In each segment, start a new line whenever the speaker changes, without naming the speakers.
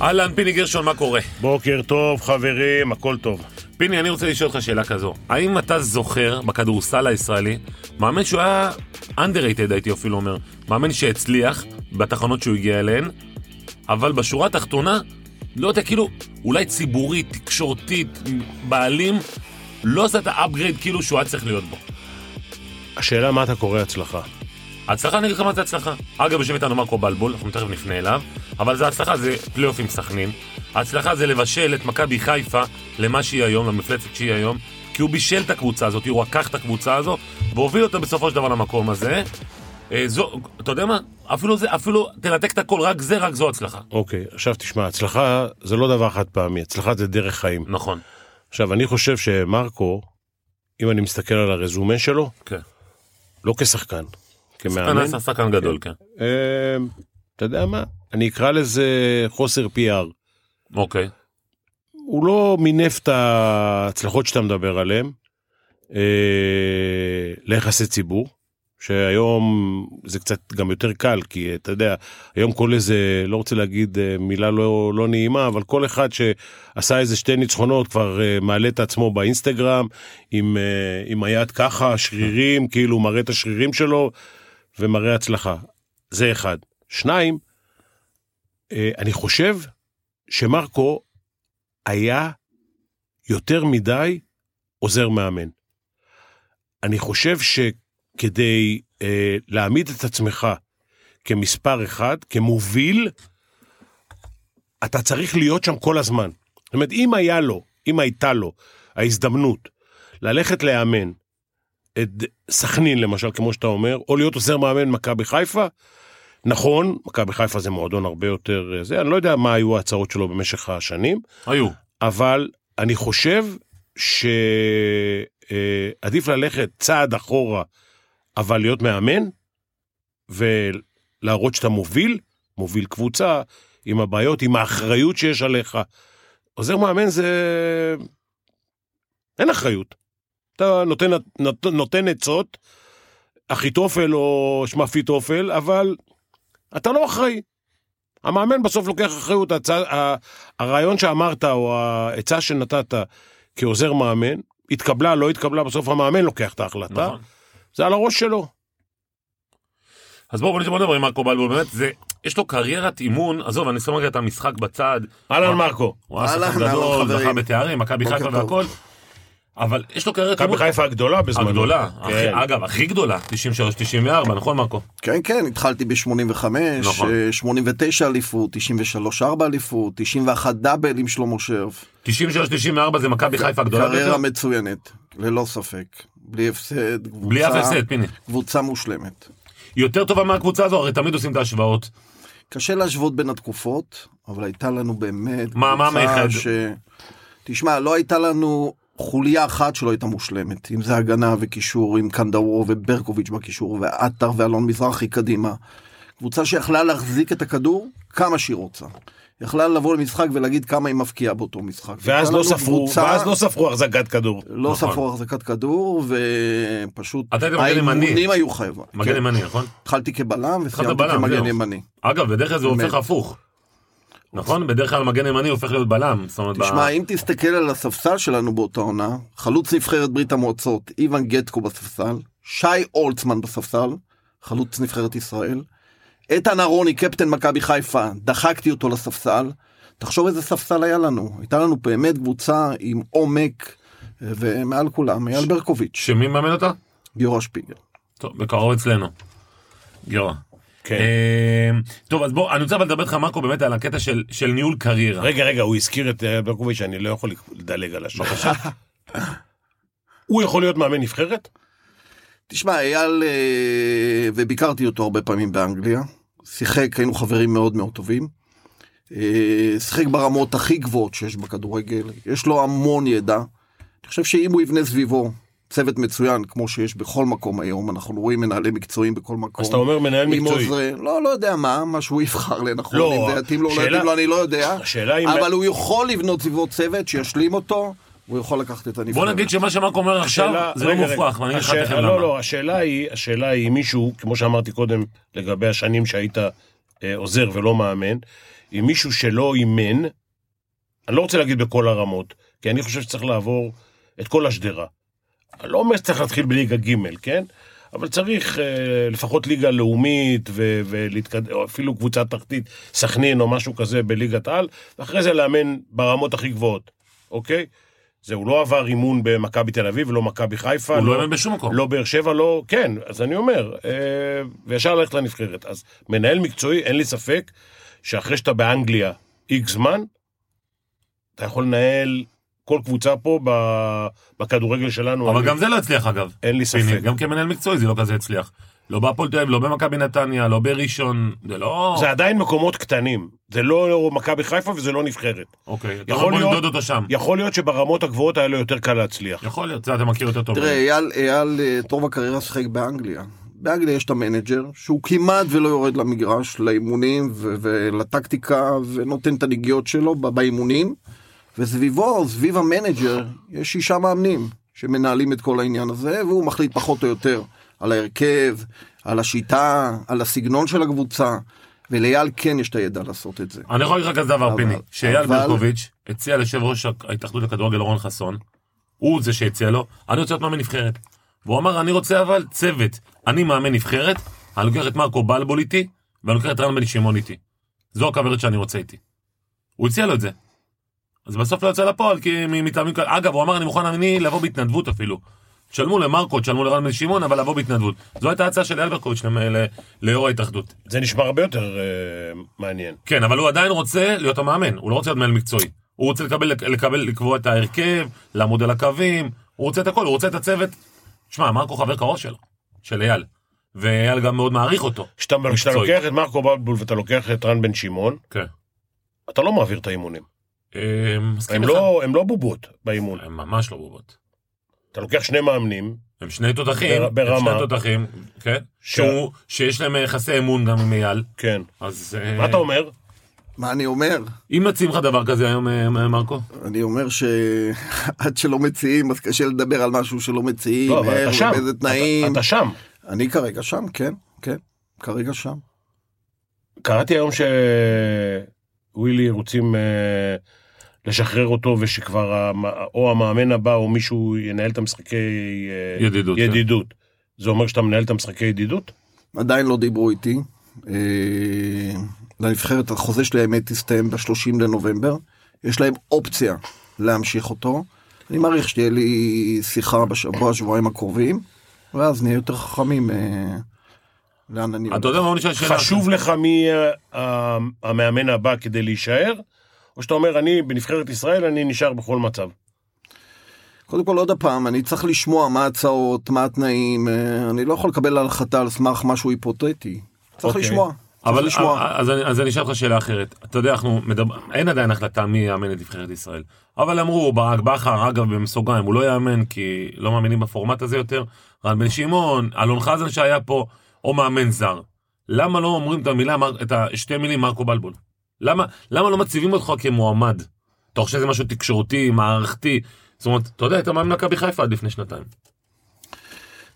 אהלן, פיני גרשון, מה קורה?
בוקר טוב, חברים, הכל טוב.
פיני, אני רוצה לשאול אותך שאלה כזו. האם אתה זוכר בכדורסל הישראלי, מאמן שהוא היה underrated, הייתי אפילו אומר, מאמן שהצליח בתחנות שהוא הגיע אליהן, אבל בשורה התחתונה, לא יודע, כאילו, אולי ציבורית, תקשורתית, בעלים, לא עשה את האפגרייד כאילו שהוא היה צריך להיות בו.
השאלה מה אתה קורא הצלחה.
הצלחה, אני אגיד לך מה זה הצלחה. אגב, יושב איתנו מרקו בלבול, אנחנו תכף נפנה אליו, אבל זה הצלחה, זה פלייאוף עם סכנין. ההצלחה זה לבשל את מכבי חיפה למה שהיא היום, למפלצת שהיא היום, כי הוא בישל את הקבוצה הזאת, הוא לקח את הקבוצה הזו, והוביל אותה בסופו של דבר למקום הזה. אה, זו, אתה יודע מה? אפילו זה, אפילו תנתק את הכל, רק זה, רק זו הצלחה.
אוקיי, עכשיו תשמע, הצלחה זה לא דבר חד פעמי, הצלחה זה דרך חיים.
נכון,
עכשיו, אני חושב שמרקו, אם אני מסתכל על הרזומה שלו,
כן.
לא כשחקן,
כאן
כמאמן,
עשה שחקן גדול, כן.
אה, אתה יודע מה, אני אקרא לזה חוסר PR.
אוקיי.
הוא לא מינף את ההצלחות שאתה מדבר עליהן אה, ליחסי ציבור, שהיום זה קצת גם יותר קל, כי אתה יודע, היום כל איזה, לא רוצה להגיד אה, מילה לא, לא נעימה, אבל כל אחד שעשה איזה שתי ניצחונות כבר אה, מעלה את עצמו באינסטגרם, עם, אה, עם היד ככה, שרירים, כאילו מראה את השרירים שלו ומראה הצלחה. זה אחד. שניים, אה, אני חושב שמרקו היה יותר מדי עוזר מאמן. אני חושב שכדי אה, להעמיד את עצמך כמספר אחד, כמוביל, אתה צריך להיות שם כל הזמן. זאת אומרת, אם היה לו, אם הייתה לו ההזדמנות ללכת לאמן את סכנין למשל, כמו שאתה אומר, או להיות עוזר מאמן מכבי חיפה, נכון, מכבי חיפה זה מועדון הרבה יותר, אה, זה, אני לא יודע מה היו ההצעות שלו במשך השנים,
היו.
אבל אני חושב שעדיף ללכת צעד אחורה, אבל להיות מאמן, ולהראות שאתה מוביל, מוביל קבוצה, עם הבעיות, עם האחריות שיש עליך. עוזר מאמן זה... אין אחריות. אתה נותן, נות- נותן עצות, אחיתופל או שמע פיתופל, אבל אתה לא אחראי. המאמן בסוף לוקח אחריות, הצע, ה, הרעיון שאמרת או העצה שנתת כעוזר מאמן, התקבלה, לא התקבלה, בסוף המאמן לוקח את ההחלטה,
נכון.
זה על הראש שלו.
אז בואו בואו נדבר- בואו נדבר עם מרקו בלבול, באמת, זה, יש לו קריירת אימון, עזוב, אני שם רגע את המשחק בצד.
אהלן מרקו,
הוא היה
אהלן,
שחקן
אהלן,
גדול,
חברים.
זכה בתארים, מכבי
בוקר
חיפה
טוב.
והכל. אבל יש לו קריירת
מכבי
אימון
חיפה הגדולה בזמנו.
הגדולה,
כן.
הכי- אגב, הכי גדולה, 93-94, נכון מרקו?
כן, כן, התחלתי ב-85,
נכון.
אה, 89 אליפות, 93 4 אליפות, 91 דאבל עם שלמה שרף.
93-94 זה מכבי חיפה הגדולה
קריירה
ביותר?
מצוינת, ללא ספק. בלי הפסד, קבוצה,
בלי אף הפסד, פיני.
קבוצה מושלמת.
יותר טובה מהקבוצה הזו, הרי תמיד עושים את ההשוואות.
קשה להשוות בין התקופות, אבל הייתה לנו באמת
מה- מה המאחד?
ש... תשמע, לא הייתה לנו חוליה אחת שלא הייתה מושלמת. אם זה הגנה וקישור, עם קנדאוור וברקוביץ' בקישור, ועטר ואלון מזרחי קדימה. קבוצה שיכלה להחזיק את הכדור כמה שהיא רוצה. יכלה לבוא למשחק ולהגיד כמה היא מבקיעה באותו משחק.
ואז
הייתה
לא
לנו
ספרו,
קבוצה-
ואז לא ספרו החזקת כדור.
לא
נכון.
ספרו החזקת כדור, ופשוט
אתה היית מגן ימני.
האימונים היו חייבים.
מגן
כן.
ימני, נכון?
התחלתי כבלם וסיימתי
בלם,
כמגן
זהו.
ימני.
אגב, בדרך כלל זה
באמת.
הופך הפוך. נכון? בדרך כלל מגן ימני הופך להיות בלם. זאת אומרת, ב-
תשמע, אם תסתכל על הספסל שלנו באותה עונה, חלוץ נבחרת ברית המועצות, איוון גטקו בספסל, שי אולצמן בספסל, חלוץ נבחרת ישראל, איתן אהרוני, קפטן מכבי חיפה, דחקתי אותו לספסל. תחשוב איזה ספסל היה לנו, הייתה לנו באמת קבוצה עם עומק, אה, ומעל כולם, אייל ברקוביץ',
שמי מאמן אותה?
גיורא שפיגל.
טוב, בקרוב אצלנו. גיורא.
כן.
אה, טוב, אז בוא, אני רוצה אבל לדבר איתך, מרקו, באמת על הקטע של של ניהול קריירה.
רגע, רגע, הוא הזכיר את אה, ברקוביץ', אני לא יכול לדלג על השאלה. הוא יכול להיות מאמן נבחרת?
תשמע, אייל, אה, וביקרתי אותו הרבה פעמים באנגליה, שיחק, היינו חברים מאוד מאוד טובים. אה, שיחק ברמות הכי גבוהות שיש בכדורגל, יש לו המון ידע. אני חושב שאם הוא יבנה סביבו צוות מצוין, כמו שיש בכל מקום היום, אנחנו רואים מנהלים מקצועיים בכל מקום.
אז אתה אומר מנהל
עם
מקצועי.
עוזרי, לא, לא יודע מה, מה שהוא יבחר לנכון,
לא,
אם זה יתאים לו, לא
שאלה-
יתאים לו, אני לא יודע.
השאלה אם-
אבל הוא יכול לבנות סביבו צוות שישלים אותו, הוא יכול לקחת את הנבחרת.
בוא נגיד שמה שמרקו אומר עכשיו
השאלה-
זה לא
רגע,
מופרך,
רגע.
ואני אגיד לך
השאלה-
תכף
לא,
למה.
לא, השאלה היא, השאלה היא אם מישהו, כמו שאמרתי קודם, לגבי השנים שהיית אה, עוזר ולא מאמן, עם מישהו שלא אימן, אני לא רוצה להגיד בכל הרמות, כי אני חושב שצריך לעבור את כל השדרה. אני לא אומר שצריך להתחיל בליגה ג', כן? אבל צריך אה, לפחות ליגה לאומית ו- ולהתקד... או אפילו קבוצה תחתית, סכנין או משהו כזה בליגת על, ואחרי זה לאמן ברמות הכי גבוהות, אוקיי? זה, הוא לא עבר אימון במכבי תל אביב, לא מכבי חיפה.
הוא לא אימן בשום מקום.
לא באר שבע, לא, כן, אז אני אומר, אה, וישר ללכת לנבחרת. אז מנהל מקצועי, אין לי ספק שאחרי שאתה באנגליה איקס זמן, אתה יכול לנהל כל קבוצה פה ב- בכדורגל שלנו.
אבל
אני-
גם זה לא הצליח אגב.
אין לי ספק.
פיני, גם כמנהל מקצועי זה לא כזה הצליח. לא בהפועל תל אביב, לא במכבי נתניה, לא בראשון, זה לא...
זה עדיין מקומות קטנים, זה לא מכבי חיפה וזה לא נבחרת.
אוקיי, אתה
יכול
יכול
להיות-
למדוד אותו שם.
יכול להיות שברמות הגבוהות היה לו יותר קל להצליח.
יכול להיות, זה אתה מכיר יותר טוב.
תראה, אייל, אייל אה, את רוב הקריירה שיחק באנגליה. באנגליה יש את המנג'ר, שהוא כמעט ולא יורד למגרש, לאימונים ו- ולטקטיקה, ונותן את הנגיעות שלו ב- באימונים, וסביבו, סביב המנג'ר, יש שישה מאמנים שמנהלים את כל העניין הזה, והוא מחליט פחות או יותר על ההרכב, על השיטה, על הסגנון של הקבוצה, ולאייל כן יש את הידע לעשות את זה.
אני יכול להגיד לך כזה דבר,
אבל-
פיני, שאייל
אבל-
ברקוביץ' הציע ליושב ראש ההתאחדות לכדורגל אורון חסון, הוא זה שהציע לו, אני רוצה להיות מאמן נבחרת. והוא אמר, אני רוצה אבל צוות, אני מאמן נבחרת, אני לוקח את מרקו בלבול איתי, ואני לוקח את רן בן שמעון איתי. זו הכוורת שאני רוצה איתי. הוא הציע לו את זה. אז בסוף לא יצא לפועל, כי מ- מטעמים כאלה. אגב, הוא אמר, אני מוכן אני לבוא בהתנדבות אפילו. תשלמו למרקו, תשלמו לרן בן שמעון, אבל לבוא בהתנדבות. זו הייתה ההצעה של אייל ברקוביץ' למ- ל- ליו"ר ההתאחדות.
זה נשמע הרבה יותר אה, מעניין.
כן, אבל הוא עדיין רוצה להיות המאמן, הוא לא רוצה להיות מנהל מקצועי. הוא רוצה לקבל, לקבל, לקבוע את ההרכב, לעמוד על הקווים, הוא רוצה את הכל, הוא רוצה את הצוות. שמע, מרקו חבר קרוב שלו, של אייל, ואייל גם מאוד מעריך אותו.
כשאתה כשאתה
מקצועי.
לוקח את מרקו בלבול ואתה לוקח את רן בן שמעון,
כן.
אתה לא מעביר את האימונים.
אה, מסכים
הם
איתך.
לא, הם לא בובות באימון.
הם ממש לא בובות.
אתה לוקח שני מאמנים,
הם שני תותחים,
בר- ברמה.
הם שני תותחים, כן, שהוא, שיש להם אה, יחסי אמון גם עם אייל,
כן.
אז אה,
מה אתה אומר?
מה אני אומר?
אם מציעים לך דבר כזה היום, אה, מרקו?
אני אומר שעד שלא מציעים אז קשה לדבר על משהו שלא מציעים,
לא, אבל אתה
איך
שם.
ובאיזה
אתה-
תנאים.
אתה שם.
אני כרגע שם, כן, כן, כרגע שם.
קראתי היום שווילי רוצים אה, לשחרר אותו ושכבר המ... או המאמן הבא או מישהו ינהל את המשחקי אה,
ידידות, כן.
ידידות. זה אומר שאתה מנהל את המשחקי ידידות?
עדיין לא דיברו איתי. אה, לנבחרת החוזה שלהם תסתיים ב-30 לנובמבר. יש להם אופציה להמשיך אותו. אני מעריך שתהיה לי שיחה בשבוע, שבועיים הקרובים, ואז נהיה יותר חכמים אה, לאן אני...
אתה יודע מה, בוא נשאל שאלה.
חשוב לך מי יהיה ה- המאמן הבא כדי להישאר? או שאתה אומר, אני בנבחרת ישראל, אני נשאר בכל מצב.
קודם כל עוד פעם אני צריך לשמוע מה ההצעות מה התנאים אה, אני לא יכול לקבל החלטה על סמך משהו היפותטי. צריך
אוקיי.
לשמוע. צריך
אבל אה,
לשמוע.
אז אני, אז אני אשאל אותך שאלה אחרת. אתה יודע, אנחנו מדבר... אין עדיין החלטה מי יאמן את נבחרת ישראל. אבל אמרו, ברק בכר, אגב, בסוגריים, הוא לא יאמן כי לא מאמינים בפורמט הזה יותר. רן בן שמעון, אלון חזן שהיה פה, או מאמן זר. למה לא אומרים את המילה, מר- את השתי מילים מרקו בלבול? למה, למה לא מציבים אותך כמועמד? אתה חושב שזה משהו תקשורתי, מערכתי? זאת אומרת, אתה יודע, היית מאמן מכבי חיפה עד לפני שנתיים.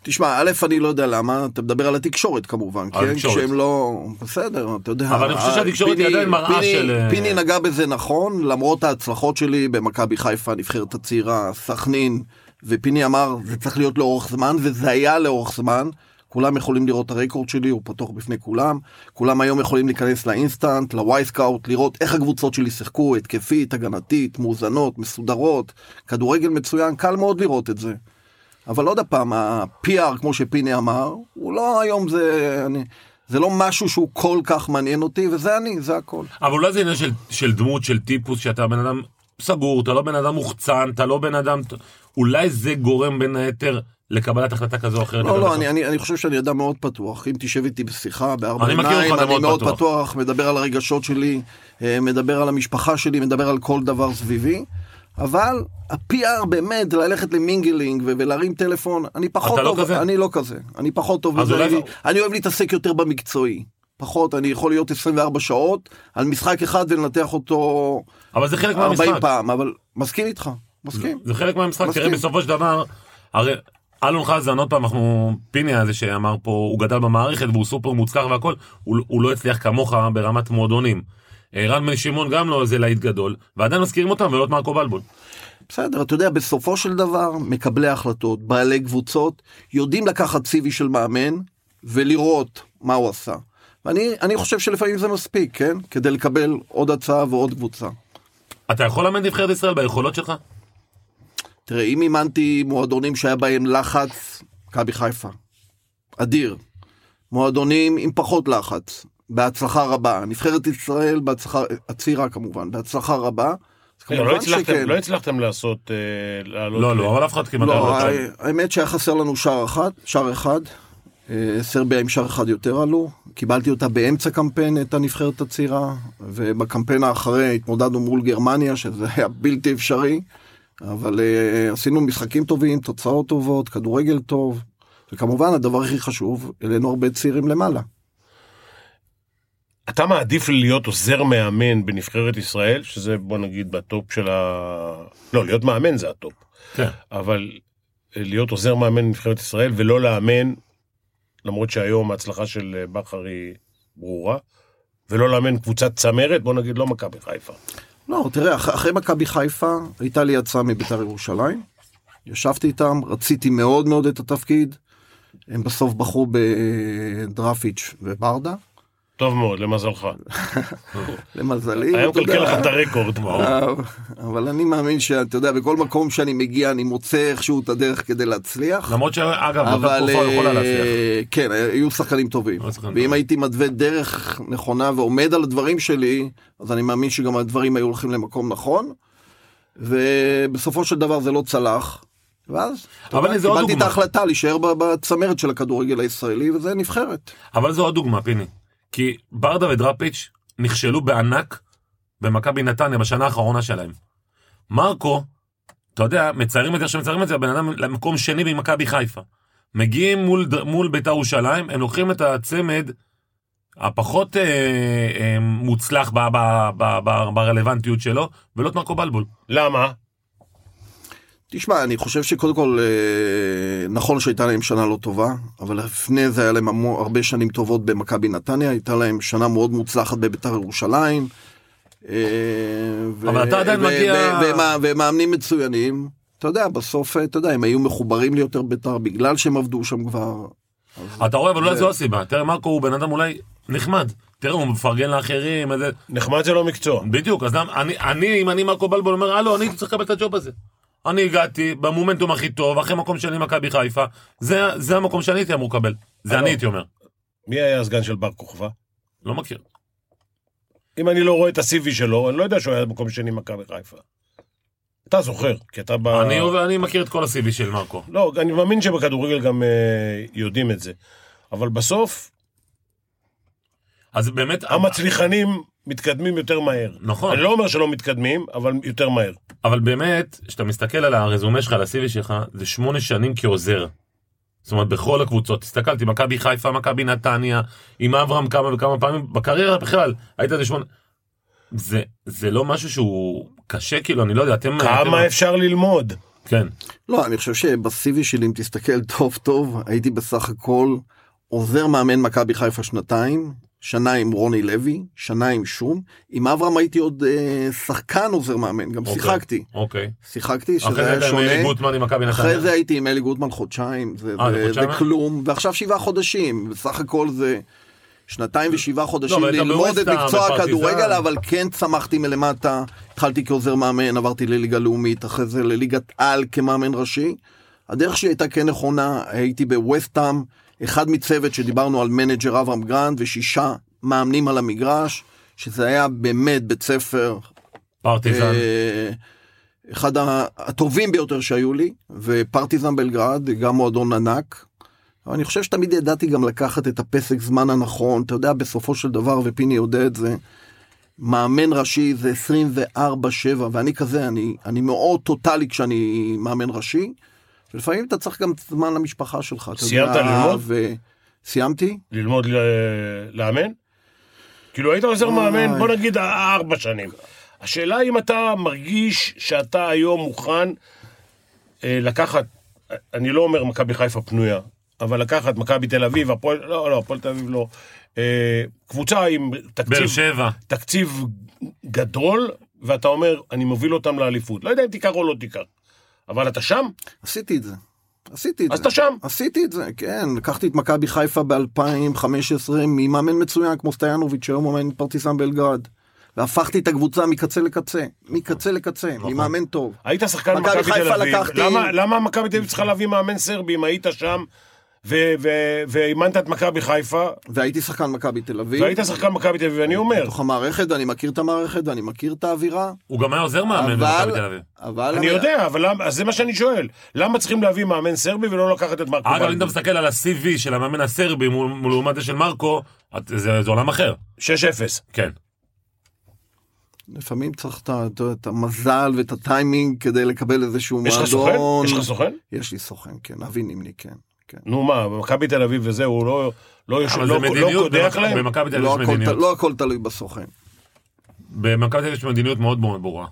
תשמע א' אני לא יודע למה אתה מדבר על התקשורת כמובן
על
כן
התקשורת.
כשהם לא בסדר אתה יודע.
אבל אני חושב
אה,
שהתקשורת היא
פיני-
עדיין מראה
פיני-
של, אה,
פיני נגע בזה נכון למרות ההצלחות שלי במכבי חיפה הנבחרת הצעירה סכנין ופיני אמר זה צריך להיות לאורך זמן וזה היה לאורך זמן. כולם יכולים לראות את הרקורד שלי, הוא פתוח בפני כולם. כולם היום יכולים להיכנס לאינסטנט, לווייסקאוט, לראות איך הקבוצות שלי שיחקו, התקפית, הגנתית, מאוזנות, מסודרות, כדורגל מצוין, קל מאוד לראות את זה. אבל עוד פעם, ה-PR, כמו שפיני אמר, הוא לא היום זה... אני, זה לא משהו שהוא כל כך מעניין אותי, וזה אני, זה הכל.
אבל אולי זה עניין של, של דמות, של טיפוס, שאתה בן אדם סגור, אתה לא בן אדם מוחצן, אתה לא בן אדם... אולי זה גורם בין היתר לקבלת החלטה כזו או אחרת.
לא, לא, אני, אני, אני חושב שאני אדם מאוד פתוח. אם תשב איתי בשיחה, בארבע
אני מכיר
עיניים,
אותך, אתה
אני
מאוד
מאוד
פתוח.
פתוח. פתוח, מדבר על הרגשות שלי, אה, מדבר על המשפחה שלי, מדבר על כל דבר סביבי. אבל ה-PR באמת, ללכת למינגלינג ו- ולהרים טלפון, אני פחות
אתה לא
טוב,
כזה?
אני לא כזה, אני פחות טוב,
אז
בזה,
אולי
אני,
זה-
אני אוהב להתעסק יותר במקצועי. פחות, אני יכול להיות 24 שעות על משחק אחד ולנתח אותו
אבל זה חלק
40
מהמשחק.
פעם, אבל מסכים איתך, מסכים.
זה חלק מהמשחק, תראה
מסכים.
בסופו של דבר, הרי אלון חזן, עוד פעם, אנחנו, פיני הזה שאמר פה, הוא גדל במערכת והוא סופר מוצלח והכל, הוא, הוא לא הצליח כמוך ברמת מועדונים. אה, רן בן שמעון גם לא איזה להיט גדול, ועדיין מזכירים אותם ולא את מרקו בלבול.
בסדר, אתה יודע, בסופו של דבר, מקבלי ההחלטות, בעלי קבוצות, יודעים לקחת CV של מאמן ולראות מה הוא עשה. ואני אני חושב שלפעמים זה מספיק, כן? כדי לקבל עוד הצעה ועוד קבוצה.
אתה יכול לאמן את נבחרת ישראל ביכולות שלך?
תראה, אם אימנתי מועדונים שהיה בהם לחץ, מכבי חיפה. אדיר. מועדונים עם פחות לחץ, בהצלחה רבה. נבחרת ישראל, בהצלחה, הצעירה כמובן, בהצלחה רבה. אז
כן, לא, הצלחתם, לא הצלחתם לעשות... אה, לעלות
לא,
ל-
לא, אבל אף אחד כמעט
לא,
לא
הא- האמת שהיה חסר לנו שער אחד, שער אחד. אה, סרביה עם שער אחד יותר עלו. קיבלתי אותה באמצע קמפיין, את הנבחרת הצעירה, ובקמפיין האחרי התמודדנו מול גרמניה, שזה היה בלתי אפשרי. אבל אה, עשינו משחקים טובים, תוצאות טובות, כדורגל טוב. וכמובן, הדבר הכי חשוב, העלינו הרבה צעירים למעלה.
אתה מעדיף להיות עוזר מאמן בנבחרת ישראל, שזה בוא נגיד בטופ של ה... לא, להיות מאמן זה הטופ,
כן.
אבל אה, להיות עוזר מאמן בנבחרת ישראל ולא לאמן, למרות שהיום ההצלחה של אה, בכר היא ברורה, ולא לאמן קבוצת צמרת, בוא נגיד לא מכבי חיפה.
לא, תראה, אח- אחרי מכבי חיפה, הייתה לי הצעה מביתר ירושלים. ישבתי איתם, רציתי מאוד מאוד את התפקיד. הם בסוף בחרו בדרפיץ' וברדה.
טוב מאוד, למזלך.
למזלי,
היה
אתה
מקלקל
יודע.
לך את הרקורד.
אבל- אבל אני מאמין שאתה יודע, בכל מקום שאני מגיע אני מוצא איכשהו את הדרך כדי להצליח.
למרות שאגב, באותה
אבל
תקופה הוא יכולה
אה,
להצליח.
כן, היו שחקנים טובים.
היו שחקנים טובים.
ואם הייתי מתווה דרך נכונה ועומד על הדברים שלי, אז אני מאמין שגם הדברים היו הולכים למקום נכון. ובסופו של דבר זה לא צלח. ואז אתה
אבל
יודע,
זה עוד
קיבלתי את
דוגמה.
ההחלטה להישאר ב- בצמרת של הכדורגל הישראלי, וזה נבחרת.
אבל זו עוד דוגמה, פיני. כי ברדה ודראפיץ' נכשלו בענק במכבי נתניה בשנה האחרונה שלהם. מרקו, אתה יודע, מציירים את זה איך שמציירים את זה, הבן אדם למקום שני במכבי חיפה. מגיעים מול, ד- מול בית"ר ירושלים, הם לוקחים את הצמד הפחות אה, אה, מוצלח ב, ב, ב, ב, ברלוונטיות שלו, ולא את מרקו בלבול.
למה?
תשמע, אני חושב שקודם כל, אה, נכון שהייתה להם שנה לא טובה, אבל לפני זה היה להם המון, הרבה שנים טובות במכבי נתניה, הייתה להם שנה מאוד מוצלחת בביתר ירושלים. אה, ו-
אבל אתה עדיין
ו-
מגיע-
ו- ומה- ומאמנים מצוינים, אתה יודע, בסוף, אה, אתה יודע, הם היו מחוברים ליותר ביתר בגלל שהם עבדו שם כבר.
אתה רואה, אבל אולי זו הסיבה. תראה, מרקו הוא בן אדם אולי נחמד. תראה, הוא מפרגן לאחרים, איזה...
נחמד זה לא מקצוע.
בדיוק, אז למה, אני, אני, אם אני מרקו בלבול אומר, הלו, אני הייתי צריך לקבל את הג'וב הזה. אני הגעתי במומנטום הכי טוב, אחרי מקום שני מכבי חיפה, זה, זה המקום שאני הייתי אמור לקבל. זה
הלו.
אני הייתי אומר,
מי היה הסגן של בר כוכבא?
לא מכיר.
אם אני לא רואה את ה-CV שלו, אני לא יודע שהוא היה במקום שני מכבי חיפה. אתה זוכר, כי אתה ב...
אני, אני מכיר את כל ה-CV של מרקו.
לא, אני מאמין שבכדורגל גם אה, יודעים את זה. אבל בסוף,
אז באמת,
המצליחנים מתקדמים יותר מהר.
נכון. כן,
אני לא אומר שלא מתקדמים, אבל יותר מהר.
אבל באמת, כשאתה מסתכל על הרזומה שלך, על ה-CV שלך, זה שמונה שנים כעוזר. זאת אומרת, בכל הקבוצות. הסתכלתי, מכבי חיפה, מכבי נתניה, עם אברהם כמה וכמה פעמים, בקריירה בכלל, היית איזה שמונה... זה, זה לא משהו שהוא קשה, כאילו, אני לא יודע, אתם... אתם...
כמה אפשר ללמוד?
כן.
לא, אני חושב שבסיבי שלי, אם תסתכל טוב טוב, הייתי בסך הכל עוזר מאמן מכבי חיפה שנתיים, שנה עם רוני לוי, שנה עם שום. עם אברהם הייתי עוד אה, שחקן עוזר מאמן, גם
אוקיי.
שיחקתי.
אוקיי.
שיחקתי,
אחרי
שזה
זה
היה
אתה עם אלי
שונה.
גוטמן עם מכבי
אחרי זה
נתניה.
הייתי עם אלי גוטמן חודשיים, זה,
אה, זה
זה, זה
חודשיים?
כלום, ועכשיו שבעה חודשים, בסך הכל זה שנתיים ושבעה חודשים
לא, אבל אתה
ללמוד את
באווסטהאם,
מקצוע
בפרטיזן.
הכדורגל, אבל כן צמחתי מלמטה, התחלתי כעוזר מאמן, עברתי לליגה לאומית, אחרי זה לליגת על כמאמן ראשי. הדרך שלי הייתה כן נכונה, הייתי בווסטהאם, אחד מצוות שדיברנו על מנג'ר אברהם גרנד ושישה מאמנים על המגרש, שזה היה באמת בית ספר
פרטיזן.
אה, אחד ה- הטובים ביותר שהיו לי, ופרטיזן בלגרד, גם מועדון ענק. אבל אני חושב שתמיד ידעתי גם לקחת את הפסק זמן הנכון, אתה יודע, בסופו של דבר, ופיני יודע את זה, מאמן ראשי זה 24-7, ואני כזה, אני, אני מאוד טוטאלי כשאני מאמן ראשי, ולפעמים אתה צריך גם זמן למשפחה שלך. אתה
סיימת
יודע,
ללמוד?
ו... סיימתי?
ללמוד ל- לאמן? כאילו היית עוזר מאמן, בוא נגיד א- ארבע שנים. השאלה אם אתה מרגיש שאתה היום מוכן אה, לקחת אני לא אומר מכבי חיפה פנויה, אבל לקחת מכבי תל אביב, הפועל, לא, לא, הפועל תל אביב לא. אה, קבוצה עם
באר
תקציב,
שבע.
תקציב גדול, ואתה אומר, אני מוביל אותם לאליפות. לא יודע אם תיקח או לא תיקח, אבל אתה שם,
עשיתי את זה. עשיתי את
אז
זה.
אתה שם.
עשיתי את זה, כן. לקחתי את מכבי חיפה ב-2015 ממאמן מצוין כמו סטיאנוביץ' שהיום מאמן את פרטיסן בלגרד. והפכתי את הקבוצה מקצה לקצה, מקצה לקצה,
נכון.
ממאמן טוב.
היית שחקן
מכבי
מכבי תל
חיפה
אביב,
לקחתי-
למה- למה מכבי תל אביב צריכה להביא מאמן סרבי אם היית שם ו- ו- ואימנת את מכבי חיפה,
והייתי שחקן מכבי תל אביב.
והיית שחקן מכבי תל אביב, אני אומר,
בתוך המערכת, ואני מכיר את המערכת, ואני מכיר את האווירה,
הוא גם היה עוזר מאמן במכבי תל אביב.
אבל... אבל...
אני יודע, אבל למה- אז זה מה שאני שואל, למה צריכים להביא מאמן סרבי ולא לקחת את מרקו
אגב, אם
בלבול?
אתה מסתכל על ה-CV של המאמן הסרבי מול- מול- לעומת זה של מרקו, את- זה זה עולם אחר.
6-0.
כן.
לפעמים צריך את ה- אתה יודע, את המזל ואת הטיימינג כדי לקבל איזשהו
יש
מועדון.
לך סוכן? יש לך סוכן?
יש לי סוכן, כן, אבי נימני, כן. כן.
נו מה, מכבי תל אביב וזה, הוא לא- לא יושב-
אבל זה
לא- לא
מדיניות,
קודח
במכ-
להם?
במכבי תל אביב
לא
יש
הכל, ת-
מדיניות.
לא הכל תלוי בסוכן.
במכבי תל אביב יש מדיניות מאוד מאוד ברורה.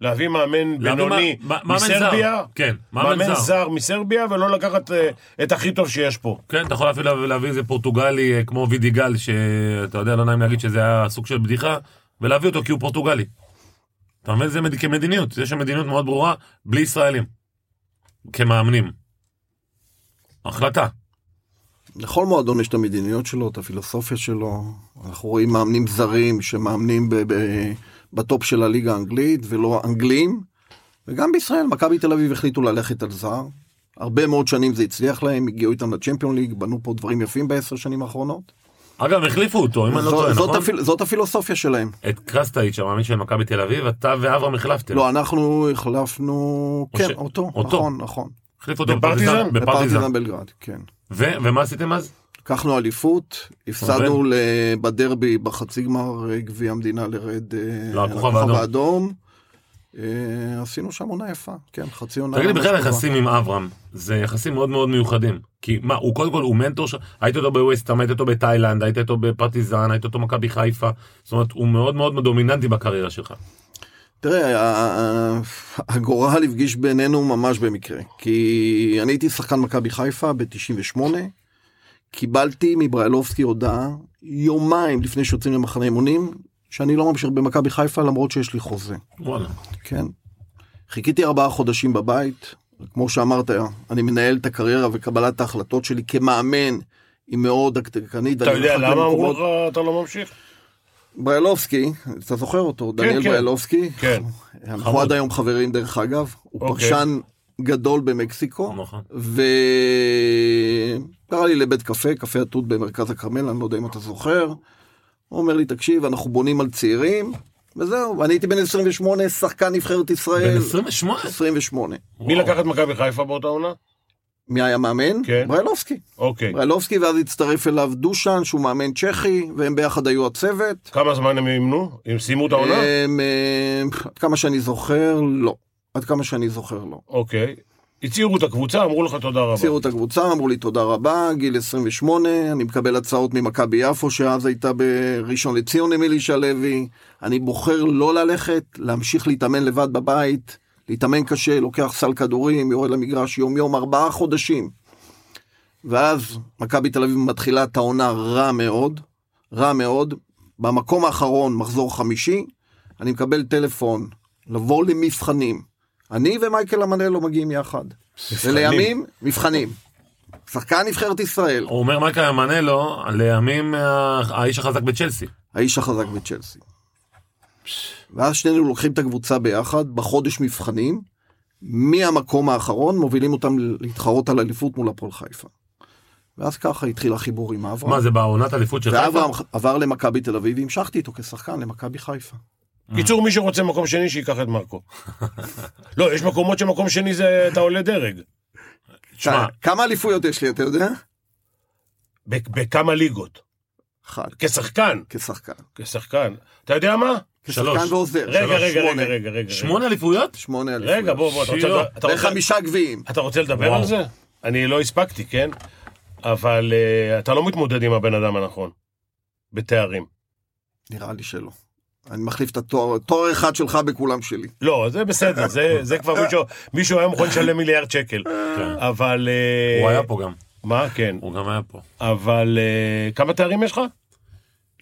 להביא מאמן
להביא
בינוני
מה- מה- מאמן זר.
מסרביה,
כן, מאמן
מאמן
זר.
זר מסרביה, ולא לקחת אה, את הכי טוב שיש פה.
כן, אתה יכול אפילו להביא- להביא איזה פורטוגלי אה, כמו וידי גל, שאתה יודע, לא נעים להגיד שזה היה סוג של בדיחה, ולהביא אותו כי הוא פורטוגלי. אתה מבין? זה מד- כמדיניות, יש שם מדיניות מאוד ברורה, בלי ישראלים. כמאמנים. החלטה.
לכל מועדון יש את המדיניות שלו, את הפילוסופיה שלו. אנחנו רואים מאמנים זרים שמאמנים ב- ב- בטופ של הליגה האנגלית ולא אנגלים. וגם בישראל, מכבי תל אביב החליטו ללכת על זר. הרבה מאוד שנים זה הצליח להם, הגיעו איתם לצ'מפיון ליג, בנו פה דברים יפים בעשר שנים האחרונות.
אגב, החליפו אותו, אם אני לא
זו-
טועה,
זאת
נכון?
הפיל- זאת הפילוסופיה שלהם.
את קרסטייץ', המאמן של מכבי תל אביב, אתה ואברהם החלפתם.
לא, אנחנו החלפנו,
או
כן,
ש-
אותו,
כן. אותו.
נכון, נכון.
החליפו אותו
בפרטיזן?
בפרטיזן.
בפרטיזן בלגרד, כן.
ו- ומה עשיתם אז?
לקחנו אליפות, הפסדנו
אוקיי.
ל- בדרבי בחצי גמר אה, גביע המדינה לרד אה,
לכוכב לא, האדום.
האדום. אה, עשינו שם עונה יפה, כן, חצי עונה.
תגיד לי,
ממש
בכלל
טובה.
היחסים עם אברהם, זה יחסים מאוד מאוד מיוחדים. כי מה, הוא קודם כל, הוא מנטור שלך, היית איתו בווסטהאם, היית איתו בתאילנד, היית איתו בפרטיזן, היית איתו מכבי חיפה, זאת אומרת, הוא מאוד מאוד דומיננטי בקריירה שלך.
תראה, ה- ה- הגורל הפגיש בינינו ממש במקרה, כי אני הייתי שחקן מכבי חיפה ב-98, קיבלתי מבריילובסקי הודעה יומיים לפני שיוצאים למחנה אימונים, שאני לא ממשיך במכבי חיפה למרות שיש לי חוזה.
וואלה.
כן. חיכיתי ארבעה חודשים בבית, כמו שאמרת, אני מנהל את הקריירה וקבלת ההחלטות שלי כמאמן היא מאוד דקדקנית.
אתה
ואני
יודע
הולך
למה אמרו
למקומות-
לך אתה לא ממשיך?
בריילובסקי, אתה זוכר אותו, דניאל
כן.
בריילובסקי.
כן.
אנחנו
חמוד.
עד היום חברים דרך אגב, הוא
אוקיי.
פרשן גדול במקסיקו,
נכון.
וקרא לי לבית קפה, קפה התות במרכז הכרמל, אני לא יודע אם אתה זוכר. הוא אומר לי, תקשיב, אנחנו בונים על צעירים, וזהו, ואני הייתי בן 28, שחקן נבחרת
בן
ישראל.
28?
28.
מי
וואו.
לקח את מכבי חיפה באותה עונה?
מי היה מאמן?
כן.
בריילובסקי.
אוקיי.
בריילובסקי, ואז הצטרף אליו דושן, שהוא מאמן צ'כי, והם ביחד היו הצוות.
כמה זמן הם אימנו? הם סיימו את העונה?
הם, אה, עד כמה שאני זוכר, לא. עד כמה שאני זוכר, לא.
אוקיי. הצהירו את הקבוצה, אמרו לך תודה רבה.
הציעו את הקבוצה, אמרו לי תודה רבה, גיל 28, אני מקבל הצעות ממכבי יפו, שאז הייתה בראשון לציון עם אלישע לוי. אני בוחר לא ללכת, להמשיך להתאמן לבד בבית, להתאמן קשה, לוקח סל כדורים, יורד למגרש יום-יום, ארבעה חודשים. ואז מכבי תל אביב מתחילה את העונה רע מאוד, רע מאוד. במקום האחרון, מחזור חמישי, אני מקבל טלפון לבוא למבחנים. אני ומייקל אמנלו מגיעים יחד. ולימים, מבחנים. שחקן נבחרת ישראל,
הוא אומר, מייקל אמנלו, לימים אה, האיש החזק בצ'לסי.
האיש החזק בצ'לסי. ואז שנינו לוקחים את הקבוצה ביחד, בחודש מבחנים, מהמקום האחרון מובילים אותם להתחרות על אליפות מול הפועל חיפה. ואז ככה התחיל החיבור עם אברהם.
מה, זה בעונת אליפות של חיפה?
ואברהם עבר למכבי תל אביב והמשכתי איתו כשחקן למכבי חיפה.
קיצור, מי שרוצה מקום שני, שייקח את מרקו. לא, יש מקומות שמקום שני זה אתה עולה דרג.
תשמע,
כ- כמה אליפויות יש לי אתה יודע?
ב- בכמה ליגות.
אחת.
כשחקן.
כשחקן.
כשחקן. אתה יודע מה?
שלוש.
כשחקן ועוזר.
רגע,
שלוש,
רגע,
שמונה.
רגע, רגע, רגע.
שמונה אליפויות?
שמונה אליפויות.
רגע, בוא, בוא, אתה רוצה-
שילה.
אתה רוצה...
וחמישה גביעים.
אתה רוצה לדבר
וואו.
על זה? אני לא הספקתי, כן? אבל אה, אתה לא מתמודד עם הבן אדם הנכון. בתארים.
נראה לי שלא. אני מחליף את התואר, תואר אחד שלך בכולם שלי.
לא, זה בסדר, זה, זה כבר מישהו, מישהו היה מוכן לשלם מיליארד שקל.
כן.
אבל... אה,
הוא היה פה גם,
מה? כן.
הוא גם היה פה.
אבל אה, כמה תארים יש לך?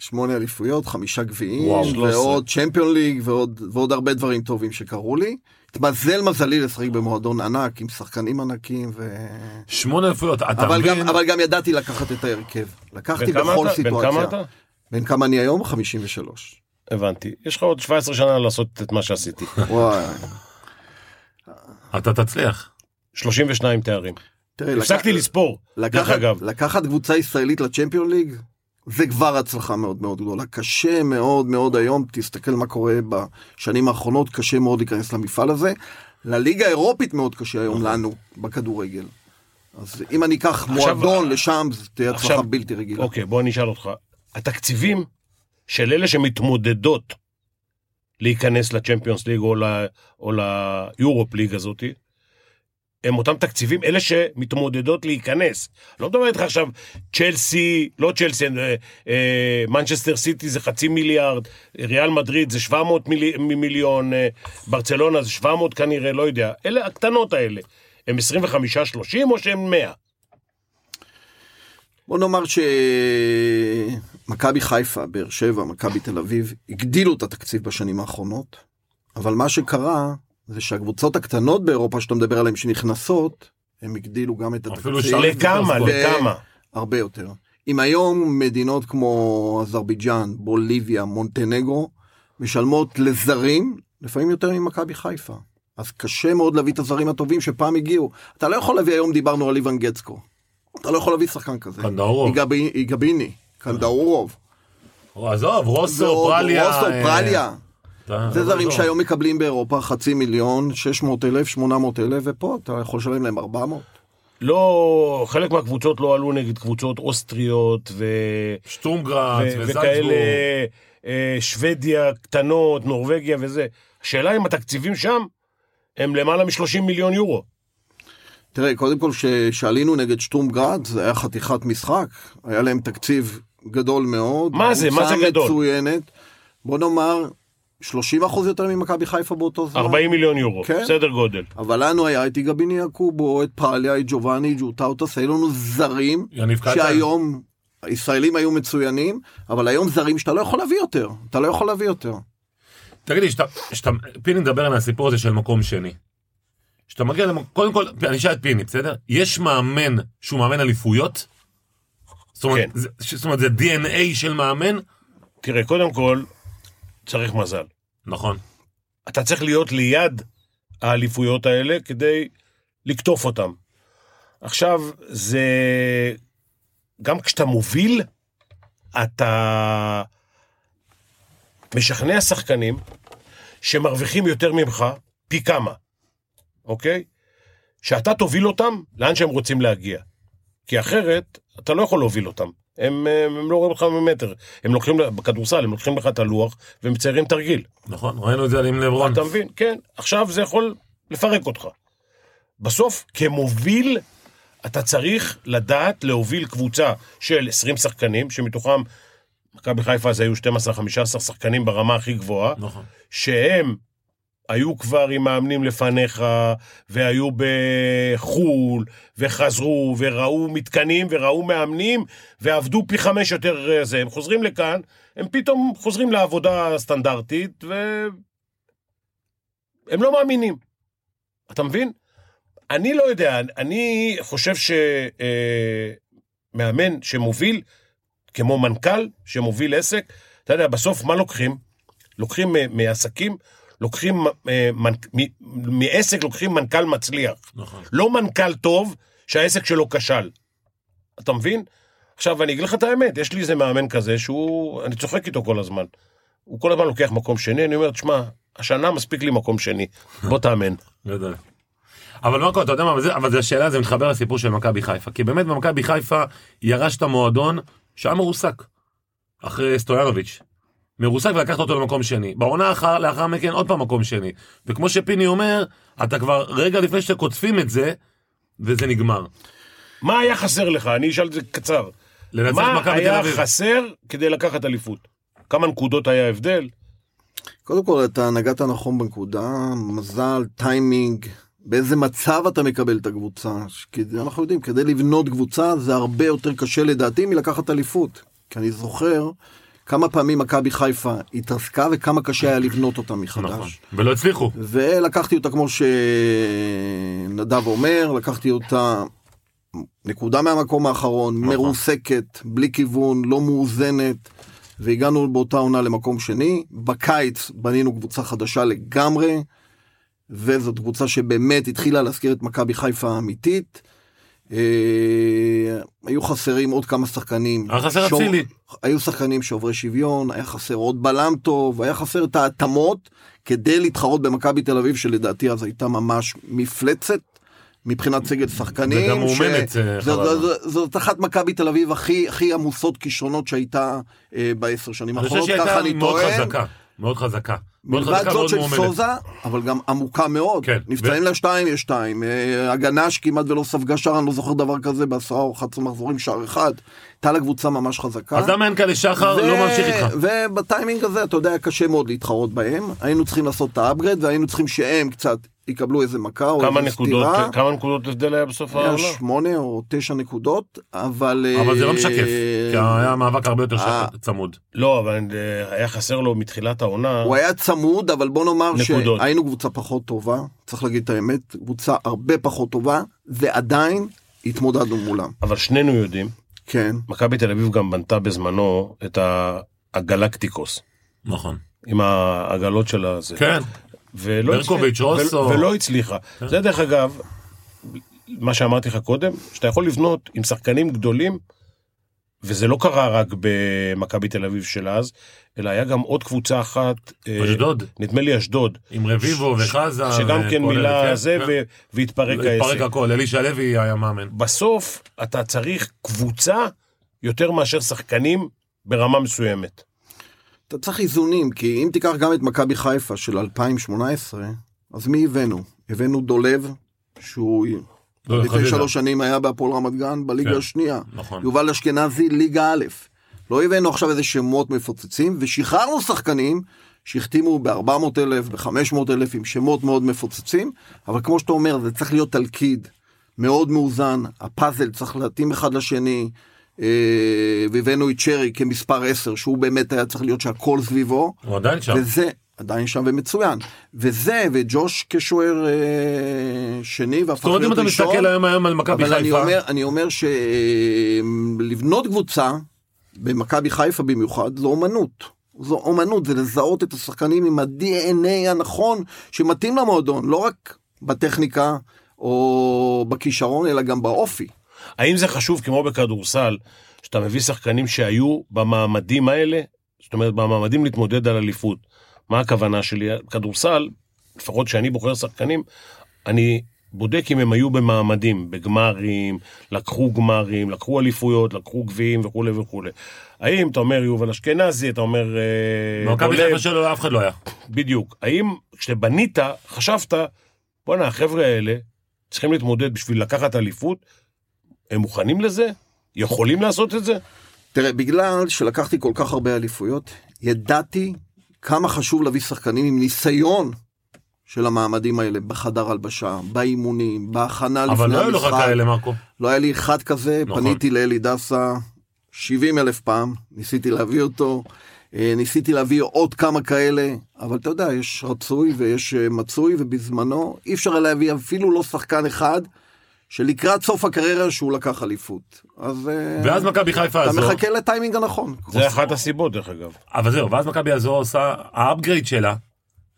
שמונה אליפויות, חמישה גביעים,
וואו, שלוש עשרה.
ועוד צ'מפיון ליג, ועוד, ועוד הרבה דברים טובים שקרו לי. התמזל מזלי לשחק במועדון ענק, עם שחקנים ענקים, ו...
שמונה אליפויות, אתה
אבל,
מבין?
גם, אבל גם ידעתי לקחת את ההרכב.
בן
לקחתי
כמה
בכל
אתה? בן
סיטואציה.
כמה אתה?
בן כמה אני היום? 53.
הבנתי. יש לך עוד 17 שנה לעשות את מה שעשיתי.
וואי.
אתה תצליח.
32 תארים.
תראה,
הפסקתי
לקח-
לספור, דרך
לקחת,
אגב.
לקחת קבוצה ישראלית לצ'מפיון ליג זה כבר הצלחה מאוד מאוד גדולה קשה מאוד מאוד היום תסתכל מה קורה בשנים האחרונות קשה מאוד להיכנס למפעל הזה. לליגה האירופית מאוד קשה היום
נכון.
לנו בכדורגל. אז אם אני אקח מועדון לשם זה תהיה הצלחה
עכשיו-
בלתי רגילה.
אוקיי, בוא אני אשאל אותך. התקציבים של אלה שמתמודדות להיכנס לצ'מפיונס ליג או ל- או ליורופ ליג הזאתי, הם אותם תקציבים, אלה שמתמודדות להיכנס. לא מדבר איתך עכשיו, צ'לסי, לא צ'לסי, אה, אה, מנצ'סטר סיטי זה חצי מיליארד, ריאל מדריד זה 700 מילי, מיליון, אה, ברצלונה זה 700 כנראה, לא יודע. אלה הקטנות האלה. הם 25-30 או שהם 100?
בוא נאמר שמכבי חיפה, באר שבע, מכבי תל אביב, הגדילו את התקציב בשנים האחרונות, אבל מה שקרה זה שהקבוצות הקטנות באירופה שאתה מדבר עליהן שנכנסות, הם הגדילו גם את
אפילו
התקציב
שלוש.
לכמה,
ו-
לכמה?
הרבה יותר. אם היום מדינות כמו אזרבייג'אן, בוליביה, מונטנגרו, משלמות לזרים, לפעמים יותר ממכבי חיפה. אז קשה מאוד להביא את הזרים הטובים שפעם הגיעו. אתה לא יכול להביא, היום דיברנו על איוון גצקו. אתה לא יכול להביא שחקן כזה.
קנדאורוב.
היגבי- היגביני, קנדאורוב.
עזוב, רוסו,
ועוד
פרליה.
רוסו,
אה, לא.
פרליה.
אתה-
זה זרים
עזוב.
שהיום מקבלים באירופה חצי מיליון, 600 אלף, 800 אלף, ופה אתה יכול לשלם להם 400.
לא, חלק מהקבוצות לא עלו נגד קבוצות אוסטריות ו... ו...
שטומגרץ
וכאלה
וזלצבורג.
אה, שוודיה קטנות, נורבגיה וזה. השאלה אם התקציבים שם הם למעלה מ-30 מיליון יורו.
תראה, קודם כל, כשעלינו נגד שטום גראד, זה היה חתיכת משחק. היה להם תקציב גדול מאוד.
מה זה? מה זה
קבוצה
גדול?
מצוינת. בוא נאמר, 30 אחוז יותר ממכבי חיפה באותו זמן.
40 מיליון יורו,
כן.
סדר גודל.
אבל לנו היה את יגביני יעקובו, את פאליה, את ג'ובאני, ג'וטאוטס, היו לנו זרים,
יניב קטן.
שהיום, הישראלים היו מצוינים, אבל היום זרים שאתה לא יכול להביא יותר. אתה לא יכול להביא יותר.
תגיד לי, שאתה- שאתה- פיני מדבר על הסיפור הזה של מקום שני. כשאתה מגיע למקום, קודם כל, אני אשאל את פיני, בסדר? יש מאמן שהוא מאמן אליפויות? זאת אומרת,
כן.
זה- ש- זאת אומרת, זה DNA של מאמן?
תראה, קודם כל, צריך מזל.
נכון.
אתה צריך להיות ליד האליפויות האלה כדי לקטוף אותם. עכשיו, זה... גם כשאתה מוביל, אתה משכנע שחקנים שמרוויחים יותר ממך פי כמה, אוקיי? שאתה תוביל אותם לאן שהם רוצים להגיע. כי אחרת, אתה לא יכול להוביל אותם. הם, הם, הם לא רואים לך ממטר. הם לוקחים, בכדורסל, הם לוקחים לך את הלוח ומציירים תרגיל.
נכון, ראינו את זה עם לברון.
אתה מבין? כן. עכשיו זה יכול לפרק אותך. בסוף, כמוביל, אתה צריך לדעת להוביל קבוצה של 20 שחקנים, שמתוכם, מכבי חיפה אז היו 12-15 שחקנים ברמה הכי גבוהה,
נכון.
שהם היו כבר עם מאמנים לפניך, והיו בחו"ל, וחזרו, וראו מתקנים, וראו מאמנים, ועבדו פי חמש יותר אה, זה. הם חוזרים לכאן, הם פתאום חוזרים לעבודה הסטנדרטית, והם לא מאמינים. אתה מבין? אני לא יודע, אני חושב שמאמן שמוביל, כמו מנכ"ל שמוביל עסק, אתה יודע, בסוף מה לוקחים? לוקחים אה, מעסקים, לוקחים, אה, מנק- מ- מעסק לוקחים מנכ"ל מצליח.
נכון.
לא מנכ"ל טוב שהעסק שלו כשל. אתה מבין? עכשיו, אני אגיד לך את האמת, יש לי איזה מאמן כזה שהוא, אני צוחק איתו כל הזמן. הוא כל הזמן לוקח מקום שני, אני אומר, תשמע, השנה מספיק לי מקום שני, בוא תאמן.
גדול. אבל מרקו, אתה יודע מה, אבל זה- אבל זה השאלה, זה מתחבר לסיפור של מכבי חיפה. כי באמת במכבי חיפה ירשת מועדון שהיה מרוסק. אחרי סטויאנוביץ'. מרוסק ולקחת אותו למקום שני. בעונה אחר, לאחר מכן עוד פעם מקום שני. וכמו שפיני אומר, אתה כבר רגע לפני שאתם קוטפים את זה, וזה נגמר.
מה היה חסר לך? אני אשאל את זה קצר.
לנצח
מה
מכבי תל
היה
אביב.
חסר כדי לקחת אליפות? כמה נקודות היה ההבדל?
קודם כל אתה נגעת נכון בנקודה, מזל, טיימינג, באיזה מצב אתה מקבל את הקבוצה. ש- כי אנחנו יודעים, כדי לבנות קבוצה זה הרבה יותר קשה לדעתי מלקחת אליפות. כי אני זוכר כמה פעמים מכבי חיפה התרסקה וכמה קשה היה לבנות אותה מחדש.
נכון. ולא הצליחו.
ולקחתי אותה כמו שנדב אומר, לקחתי אותה נקודה מהמקום האחרון,
נכון.
מרוסקת, בלי כיוון, לא מאוזנת, והגענו באותה עונה למקום שני. בקיץ בנינו קבוצה חדשה לגמרי, וזאת קבוצה שבאמת התחילה להזכיר את מכבי חיפה האמיתית. אה, היו חסרים עוד כמה שחקנים.
היה חסר
שור-
אצילי.
היו שחקנים שוברי שוויון, היה חסר עוד בלם טוב, היה חסר את ההתאמות כדי להתחרות במכבי תל אביב, שלדעתי אז הייתה ממש מפלצת מבחינת סגל שחקנים.
וגם מאומנת, אה,
זו-
חבל.
זו- זו- זאת אחת מכבי תל אביב הכי הכי עמוסות כישרונות שהייתה אה, בעשר שנים
אני חושב
האחרונות,
שהיא
ככה
הייתה
אני
מאוד
טוען.
חזקה. מאוד חזקה. מאוד
מלבד
חזקה,
זאת
מאוד
של
מאומנת.
סוזה, אבל גם עמוקה מאוד.
כן,
נפצעים
ו-
לה שתיים, יש שתיים. אה, הגנה שכמעט ולא ספגה שער, אני לא זוכר דבר כזה, בעשרה או 11 מחזורים, שער אחד. הייתה לה קבוצה ממש חזקה.
אז למה אין כאלה שחר
ו-
לא ממשיך איתך?
ובטיימינג הזה, אתה יודע, היה קשה מאוד להתחרות בהם. היינו צריכים לעשות את האפגרד, והיינו צריכים שהם קצת יקבלו איזה מכה או
כמה
איזה
נקודות,
כן.
סטירה.
כמה נקודות הבדל היה בסוף
היה
העונה?
שמונה או תשע נקודות, אבל...
לא, אבל זה
אה,
לא משקף, כי היה מאבק הרבה יותר
אה.
שח- צמוד.
לא, אבל אה, היה חסר לו מתחילת העונה.
הוא היה צמוד, אבל בוא נאמר
נקודות.
שהיינו קבוצה פחות טובה, צריך להגיד את האמת, קבוצה הרבה פחות טובה, ועדיין התמודדנו מולם.
אבל שנינו יודעים,
כן,
מכבי תל אביב גם בנתה בזמנו את ה- הגלקטיקוס,
נכון.
עם העגלות של הזה.
אה,
כן,
ולא
ברקוביץ',
הצליח-
רוסו. כן.
ו- ולא הצליחה. זה דרך אגב, מה שאמרתי לך קודם, שאתה יכול לבנות עם שחקנים גדולים, וזה לא קרה רק במכבי תל אביב של אז, אלא היה גם עוד קבוצה אחת, אה,
אשדוד,
נדמה לי אשדוד,
עם רביבו
ש-
וחזה.
שגם
וכל
כן
אלה,
מילה
כן,
זה,
כן.
ו- והתפרק
התפרק
העסק.
הכל, אלישע לוי היה מאמן.
בסוף אתה צריך קבוצה יותר מאשר שחקנים ברמה מסוימת.
אתה צריך איזונים, כי אם תיקח גם את מכבי חיפה של 2018, אז מי הבאנו? הבאנו דולב, שהוא
לא,
לפני
חזיזה.
שלוש שנים היה בהפועל רמת גן בליגה
כן.
השנייה.
נכון.
יובל אשכנזי, ליגה א'. לא הבאנו עכשיו איזה שמות מפוצצים, ושחררנו שחקנים שהחתימו ב-400 אלף, ב-500 אלף, עם שמות מאוד מפוצצים, אבל כמו שאתה אומר, זה צריך להיות תלכיד מאוד מאוזן, הפאזל צריך להתאים אחד לשני, אה, והבאנו את שרי כמספר 10, שהוא באמת היה צריך להיות שהכל סביבו.
הוא עדיין שם.
וזה עדיין שם ומצוין. וזה וג'וש כשוער אה, שני והפך
זאת אומרת, אם
להיות
אתה
ראשון.
מסתכל היום היום על מכבי
אבל אני
חיפה,
אומר, אני אומר שלבנות קבוצה במכבי חיפה במיוחד זו אומנות. זו אומנות, זה לזהות את השחקנים עם ה-DNA הנכון שמתאים למועדון, לא רק בטכניקה או בכישרון, אלא גם באופי.
האם זה חשוב כמו בכדורסל, שאתה מביא שחקנים שהיו במעמדים האלה, זאת אומרת במעמדים להתמודד על אליפות? מה הכוונה שלי? כדורסל, לפחות כשאני בוחר שחקנים, אני בודק אם הם היו במעמדים, בגמרים, לקחו גמרים, לקחו אליפויות, לקחו גביעים וכולי וכולי. האם אתה אומר יובל אשכנזי, אתה אומר... אה,
מכבי
דולב,
חיפה שלו אף אחד לא היה.
בדיוק. האם כשבנית, חשבת, בואנה, החבר'ה האלה צריכים להתמודד בשביל לקחת אליפות, הם מוכנים לזה? יכולים לעשות את זה?
תראה, בגלל שלקחתי כל כך הרבה אליפויות, ידעתי כמה חשוב להביא שחקנים עם ניסיון של המעמדים האלה בחדר הלבשה, באימונים, בהכנה לפני
אבל
המשחק.
לא היו לך כאלה, מרקו.
לא היה לי אחד כזה,
נכון.
נכון. פניתי לאלי דסה 70 אלף פעם, ניסיתי להביא אותו, אה, ניסיתי להביא עוד כמה כאלה, אבל אתה יודע, יש רצוי ויש אה, מצוי, ובזמנו אי אפשר היה להביא אפילו לא שחקן אחד, שלקראת סוף הקריירה שהוא לקח אליפות. אז... אה,
ואז מכבי חיפה
אתה
הזו,
מחכה לטיימינג הנכון.
זה אחת הסיבות, דרך אגב.
אבל זהו, ואז מכבי הזו עושה, האפגרייד שלה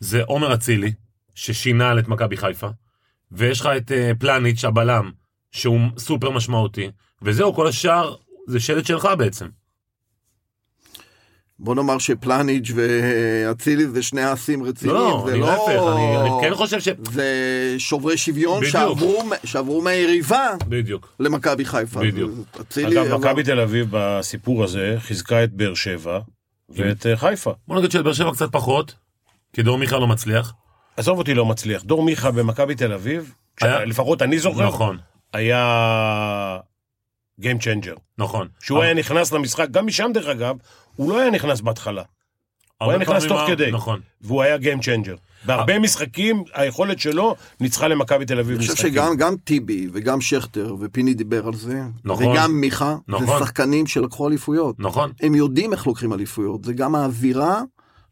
זה עומר אצילי, ששינה את מכבי חיפה, ויש לך את אה, פלניץ' הבלם, שהוא סופר משמעותי, וזהו, כל השאר זה שלט שלך בעצם.
בוא נאמר שפלניג' ואצילי זה שני האסים רציניים.
לא,
זה
אני
לא...
להפך, אני- אני כן חושב ש...
זה שוברי שוויון
בדיוק.
שעברו, שעברו מהיריבה
בדיוק.
למכבי חיפה.
בדיוק.
אז אצילי...
אגב,
אבל-
מכבי תל אביב בסיפור הזה חיזקה את באר שבע ואת אה, חיפה.
בוא נגיד שלבאר שבע קצת פחות, כי דור מיכה לא מצליח.
עזוב אותי, לא מצליח. דור מיכה במכבי תל אביב,
היה-
כשה- לפחות אני זוכר,
נכון,
היה Game Changer.
נכון.
שהוא היה נכנס למשחק, גם משם דרך אגב, הוא לא היה נכנס בהתחלה. הוא היה
הרבה
נכנס
פעמים
תוך
ה-
כדי.
נכון.
והוא היה Game Changer.
אה.
בהרבה משחקים, היכולת שלו ניצחה למכבי תל אביב
אני חושב
משחקים.
שגם גם טיבי וגם שכטר ופיני דיבר על זה,
נכון.
וגם מיכה, זה
נכון.
שחקנים שלקחו אליפויות.
נכון.
הם יודעים איך לוקחים אליפויות, זה גם האווירה,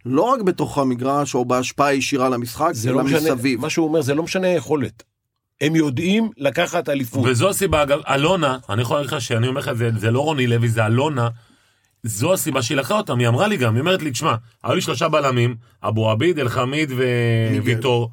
לא רק בתוך המגרש או בהשפעה ישירה למשחק,
זה
אלא
לא משנה,
מסביב.
מה שהוא אומר, זה לא משנה היכולת. הם יודעים לקחת אליפות.
וזו הסיבה, אגב, אלונה, אני יכול להגיד לך שאני אומר לך, זה, זה לא רוני לוי, זה אלונה, זו הסיבה שהיא לקחה אותם, היא אמרה לי גם, היא אומרת לי, תשמע, היו לי שלושה בלמים, אבו עביד, אלחמיד
מיגל.
וויטור,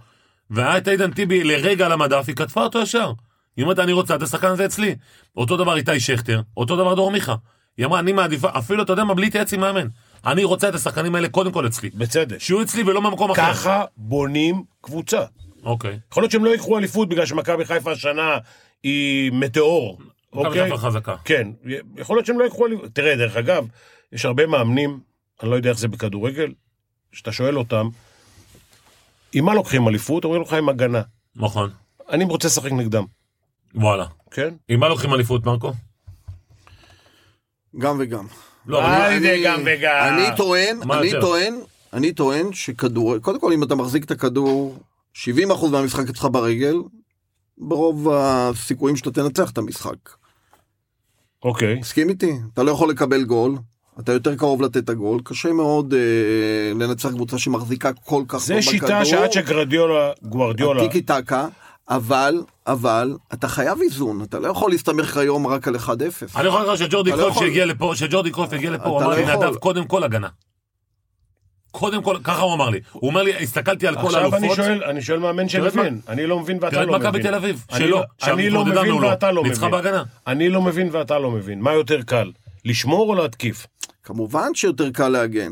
והיה את איתן טיבי לרגע על המדף, היא כתפה אותו ישר. היא אומרת, אני רוצה את השחקן הזה אצלי. אותו דבר איתי שכטר, אותו דבר דור מיכה. היא אמרה, אני מעדיפה, אפילו, אתה יודע מה, בלי להתייעץ עם מאמן. אני רוצה את השחקנים האלה קודם כל אצלי.
בצדק.
שיהיו אצלי ולא במקום אחר.
ככה בונים קבוצה.
אוקיי.
יכול להיות שהם לא ייקחו אליפות בגלל שמכבי חיפה השנה היא מטאור.
מכבי
אוקיי?
חיפה חזקה.
כן, יכול להיות שהם לא ייקחו אליפות. תראה, דרך אגב, יש הרבה מאמנים, אני לא יודע איך זה בכדורגל, שאתה שואל אותם, עם מה לוקחים אליפות? אומרים לך עם הגנה.
נכון.
אני רוצה לשחק נגדם,
וואלה.
כן?
עם מה לוקחים אליפות, מרקו?
גם וגם.
לא, אבל-
אה,
אני-
זה גם וגם.
אני טוען,
מה
אני
יותר?
טוען, אני טוען שכדור, קודם כל אם אתה מחזיק את הכדור 70% מהמשחק אצלך ברגל, ברוב הסיכויים שאתה תנצח את המשחק.
אוקיי.
מסכים איתי? אתה לא יכול לקבל גול, אתה יותר קרוב לתת את הגול, קשה מאוד אה, לנצח קבוצה שמחזיקה כל כך
זה שיטה שעד שגרדיולה, גוורדיולה,
הטיקי טקה, אבל, אבל, אתה חייב איזון, אתה לא יכול להסתמך היום רק על 1-0.
אני יכול להגיד לך שג'ורדי
אתה לא
קרויף
יכול.
שהגיע לפה, שג'ורדי קרויף הגיע לפה, הוא
אתה
אמר
לא
לי,
יכול.
נדב, קודם כל הגנה. קודם כל, ככה הוא אמר לי. הוא אומר לי, הסתכלתי על כל
עכשיו אני
האלופות,
שואל, אני שואל מאמן
תראה את
שמבין, אני לא מבין
תראה
ואתה
את
לא
מכבי
מבין.
תל אביב,
אני
שלא,
לא- אני לא
שהתמודדה
מבין
מעולה.
ואתה לא
ניצחה
מבין.
בהגנה.
אני לא מבין ואתה לא מבין, מה יותר קל, לשמור או להתקיף?
כמובן שיותר קל להגן.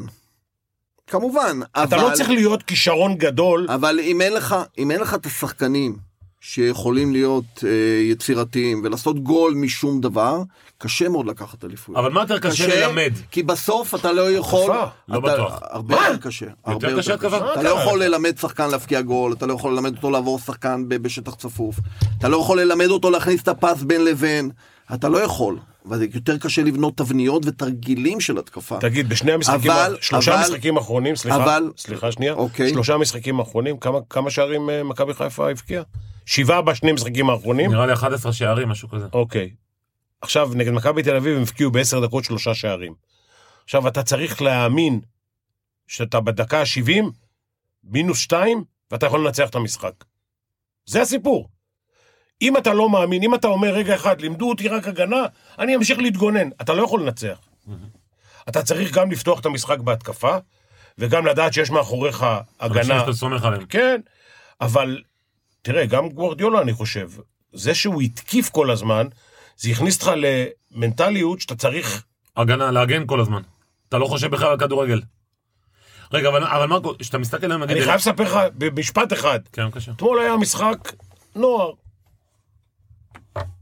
כמובן, אבל...
אתה לא צריך להיות כישרון גדול,
אבל אם אין לך, אם אין לך את השחקנים שיכולים להיות אה, יצירתיים ולעשות גול משום דבר, קשה מאוד לקחת אליפויות.
אבל מה יותר קשה ללמד?
כי בסוף אתה לא יכול...
התקפה,
לא
אתה-
בטוח.
הרבה יותר קשה. הרבה
קשה התקפה?
אתה
מה
לא
קרה?
יכול ללמד שחקן להפקיע גול, אתה לא יכול ללמד אותו לעבור שחקן ב- בשטח צפוף, אתה לא יכול ללמד אותו להכניס את הפס בין לבין, אתה לא יכול. וזה יותר קשה לבנות תבניות ותרגילים של התקפה.
תגיד, בשני המשחקים,
אבל-
שלושה
אבל-
משחקים אחרונים, סליחה,
אבל-
סליחה שנייה,
אוקיי.
שלושה משחקים אחרונים, כמה, כמה שערים אה, מכבי חיפה הבקיעה? שבעה בשני משחקים האחרונים,
נראה לי 11 שערים, משהו כזה.
אוקיי. עכשיו, נגד מכבי תל אביב הם הבקיעו בעשר דקות שלושה שערים. עכשיו, אתה צריך להאמין שאתה בדקה ה-70, מינוס שתיים, ואתה יכול לנצח את המשחק. זה הסיפור. אם אתה לא מאמין, אם אתה אומר, רגע אחד, לימדו אותי רק הגנה, אני אמשיך להתגונן. אתה לא יכול לנצח. אתה צריך גם לפתוח את המשחק בהתקפה, וגם לדעת שיש מאחוריך
אנשים
הגנה.
שאתה סומך עליהם.
כן, אבל תראה, גם גוורדיולה, אני חושב, זה שהוא התקיף כל הזמן, זה הכניס אותך למנטליות שאתה צריך...
הגנה, להגן כל הזמן. אתה לא חושב בכלל על כדורגל. רגע, אבל- אבל מרקו, כשאתה מסתכל עליהם, נגיד...
אני חייב לספר לך במשפט אחד.
כן, בבקשה.
אתמול היה משחק נוער.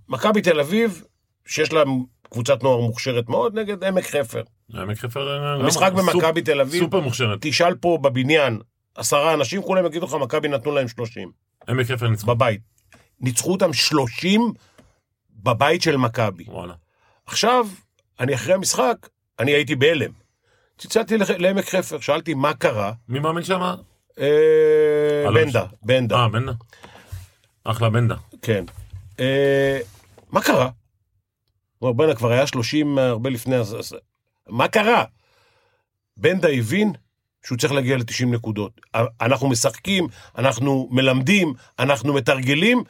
מכבי תל אביב, שיש לה קבוצת נוער מוכשרת מאוד, נגד עמק חפר.
עמק חפר... אה,
המשחק
סופ-
במכבי תל אביב,
סופר מוכשרת.
תשאל פה בבניין, עשרה אנשים, כולם יגידו לך, מכבי נתנו להם שלושים.
עמק חפר נצבע.
בבית. ניצחו אותם שלושים בבית של מכבי.
וואלה.
עכשיו, אני אחרי המשחק, אני הייתי בהלם. צלצלתי לח- לעמק חפר, שאלתי מה קרה,
מי מאמן שם?
אה,
אלון.
בנדה, בנדה,
אה, בנדה. אחלה בנדה.
כן. אה, מה קרה? הוא אומר, בנדה כבר היה 30 הרבה לפני, אז, אז מה קרה? בנדה הבין שהוא צריך להגיע ל-90 נקודות. אה, אנחנו משחקים, אנחנו מלמדים, אנחנו מתרגלים,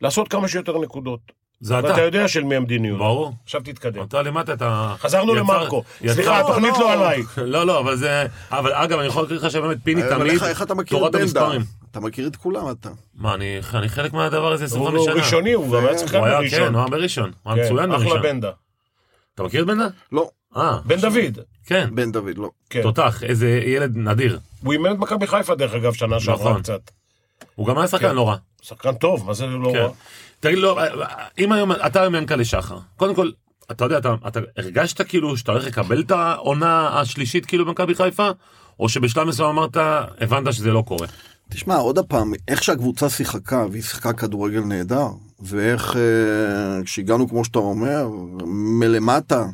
לעשות כמה שיותר נקודות.
זה אתה.
ואתה יודע של מי המדיניות.
ברור.
עכשיו תתקדם.
אתה לימדת את ה...
חזרנו
יצר-
למרקו.
יצר-
סליחה, התוכנית לא עליי.
לא, לא, אבל זה... אבל אגב, אני יכול להגיד לך שבאמת פיני
אה, אבל
תמיד...
איך- איך אתה מכיר את
תורת
בנדה?
המספרים.
אתה מכיר את כולם אתה.
מה, אני אני חלק מהדבר הזה 25
הוא
שנה.
ראשוני, הוא גם היה שחקן
הוא היה, כן,
ראשון.
הוא היה בראשון. הוא היה
כן,
מצוין
אחלה
בראשון.
בנדה.
אתה מכיר את בנדה?
לא,
אה,
בן דוד.
כן.
בן דוד, לא.
כן.
תותח, איזה ילד נדיר.
הוא אימן את מכבי חיפה דרך אגב שנה שעברה
נכון.
קצת.
הוא גם היה שחקן
כן.
לא רע.
שחקן טוב, מה זה לא
כן.
רע.
תגיד לו, אם היום, אתה היום ינקלה שחר, קודם כל, אתה יודע, אתה, אתה הרגשת כאילו שאתה הולך לקבל את העונה השלישית כאילו במכבי חיפה, או שבשלב מסוים אמרת, הבנת שזה לא קורה.
תשמע, עוד פעם, איך שהקבוצה שיחקה, והיא שיחקה כדורגל נהדר, ואיך אה, כשהגענו, כמו שאתה אומר, מלמטה,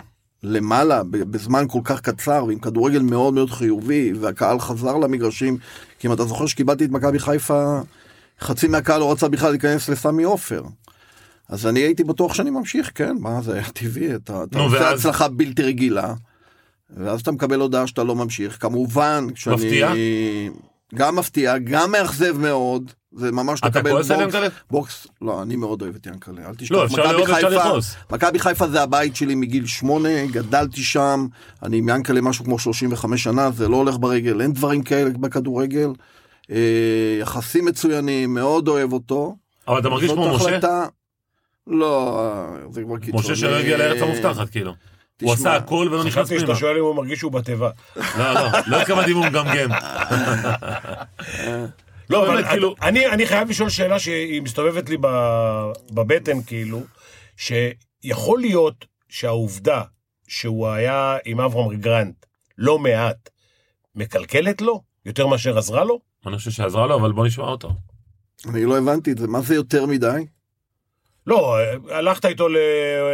למעלה ב- בזמן כל כך קצר ועם כדורגל מאוד מאוד חיובי והקהל חזר למגרשים כי אם אתה זוכר שקיבלתי את מכבי חיפה חצי מהקהל לא רצה בכלל להיכנס לסמי עופר. אז אני הייתי בטוח שאני ממשיך כן מה זה היה טבעי אתה, אתה
נו,
עושה
ואז?
הצלחה בלתי רגילה. ואז אתה מקבל הודעה שאתה לא ממשיך כמובן כשאני
מפתיע?
גם מפתיע גם מאכזב מאוד זה ממש
אתה
לקבל
כועס על
בוקס-
יענקל'ה?
בוקס לא אני מאוד אוהב את יענקל'ה אל תשכח
לא, אפשר
מכבי
לאהוב, אפשר
חיפה-
לכעוס.
מכבי חיפה זה הבית שלי מגיל שמונה, גדלתי שם, אני עם יענקל'ה משהו כמו 35 שנה, זה לא הולך ברגל, אין דברים כאלה בכדורגל. אה, יחסים מצוינים, מאוד אוהב אותו.
אבל אתה מרגיש
זאת
כמו משה?
החלטה- לא, אה, זה כבר קיצוני.
משה שלא הגיע לארץ המובטחת, כאילו. הוא
תשמע,
עשה הכל ולא לא נכנס
חשבתי
פנימה.
שאתה שואל אם הוא מרגיש שהוא בתיבה.
לא, לא, לא התכוונתי אם הוא מגמגם.
לא,
באמת,
אבל
כאילו-
כאילו... אני, אני חייב לשאול שאלה שהיא מסתובבת לי ב- בבטן, כאילו, שיכול להיות שהעובדה שהוא היה עם אברהם גרנט לא מעט, מקלקלת לו יותר מאשר עזרה לו?
אני חושב שעזרה לו, אבל בוא נשמע אותו.
אני לא הבנתי את זה, מה זה יותר מדי?
לא, הלכת איתו ל-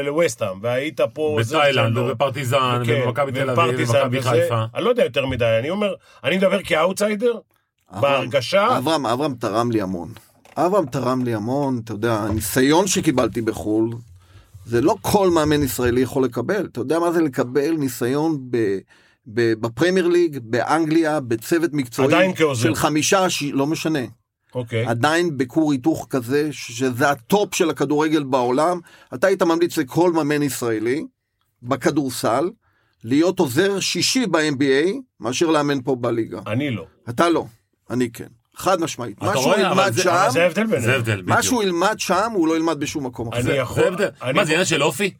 לווסטהאם, והיית פה... זה לא.
בתאילנד,
שלו.
ובפרטיזן,
כן,
ובמכבי תל אביב,
ופרטיזן
ובמכבי
וזה.
חיפה.
אני לא יודע יותר מדי, אני אומר, אני מדבר כאוטסיידר,
אה,
אברהם-
בהרגשה,
אברהם, אברהם תרם לי המון. אברהם תרם לי המון, אתה יודע, הניסיון שקיבלתי בחו"ל, זה לא כל מאמן ישראלי יכול לקבל. אתה יודע מה זה לקבל ניסיון ב... ב- בפרמייר ליג, באנגליה, בצוות מקצועי
עדיין כעוזר.
של חמישה, ש... לא משנה,
אה,
אוקיי.
עדיין בכור היתוך כזה, ש- שזה הטופ של הכדורגל בעולם, אתה היית ממליץ לכל מאמן ישראלי בכדורסל להיות עוזר שישי ב-NBA, מאשר לאמן פה בליגה.
אני
אה,
לא.
אתה לא, אני כן, חד משמעית.
אתה
מה שהוא
רואה, אבל
ילמד
זה-
שם,
אבל
זה ההבדל בינינו.
אה, זה הבדל,
מה
בדיוק.
שהוא ילמד שם, הוא לא ילמד בשום מקום אחר.
אני
זה
יכול...
זה הבדל.
אני- אה,
מה, זה עניין של אופי?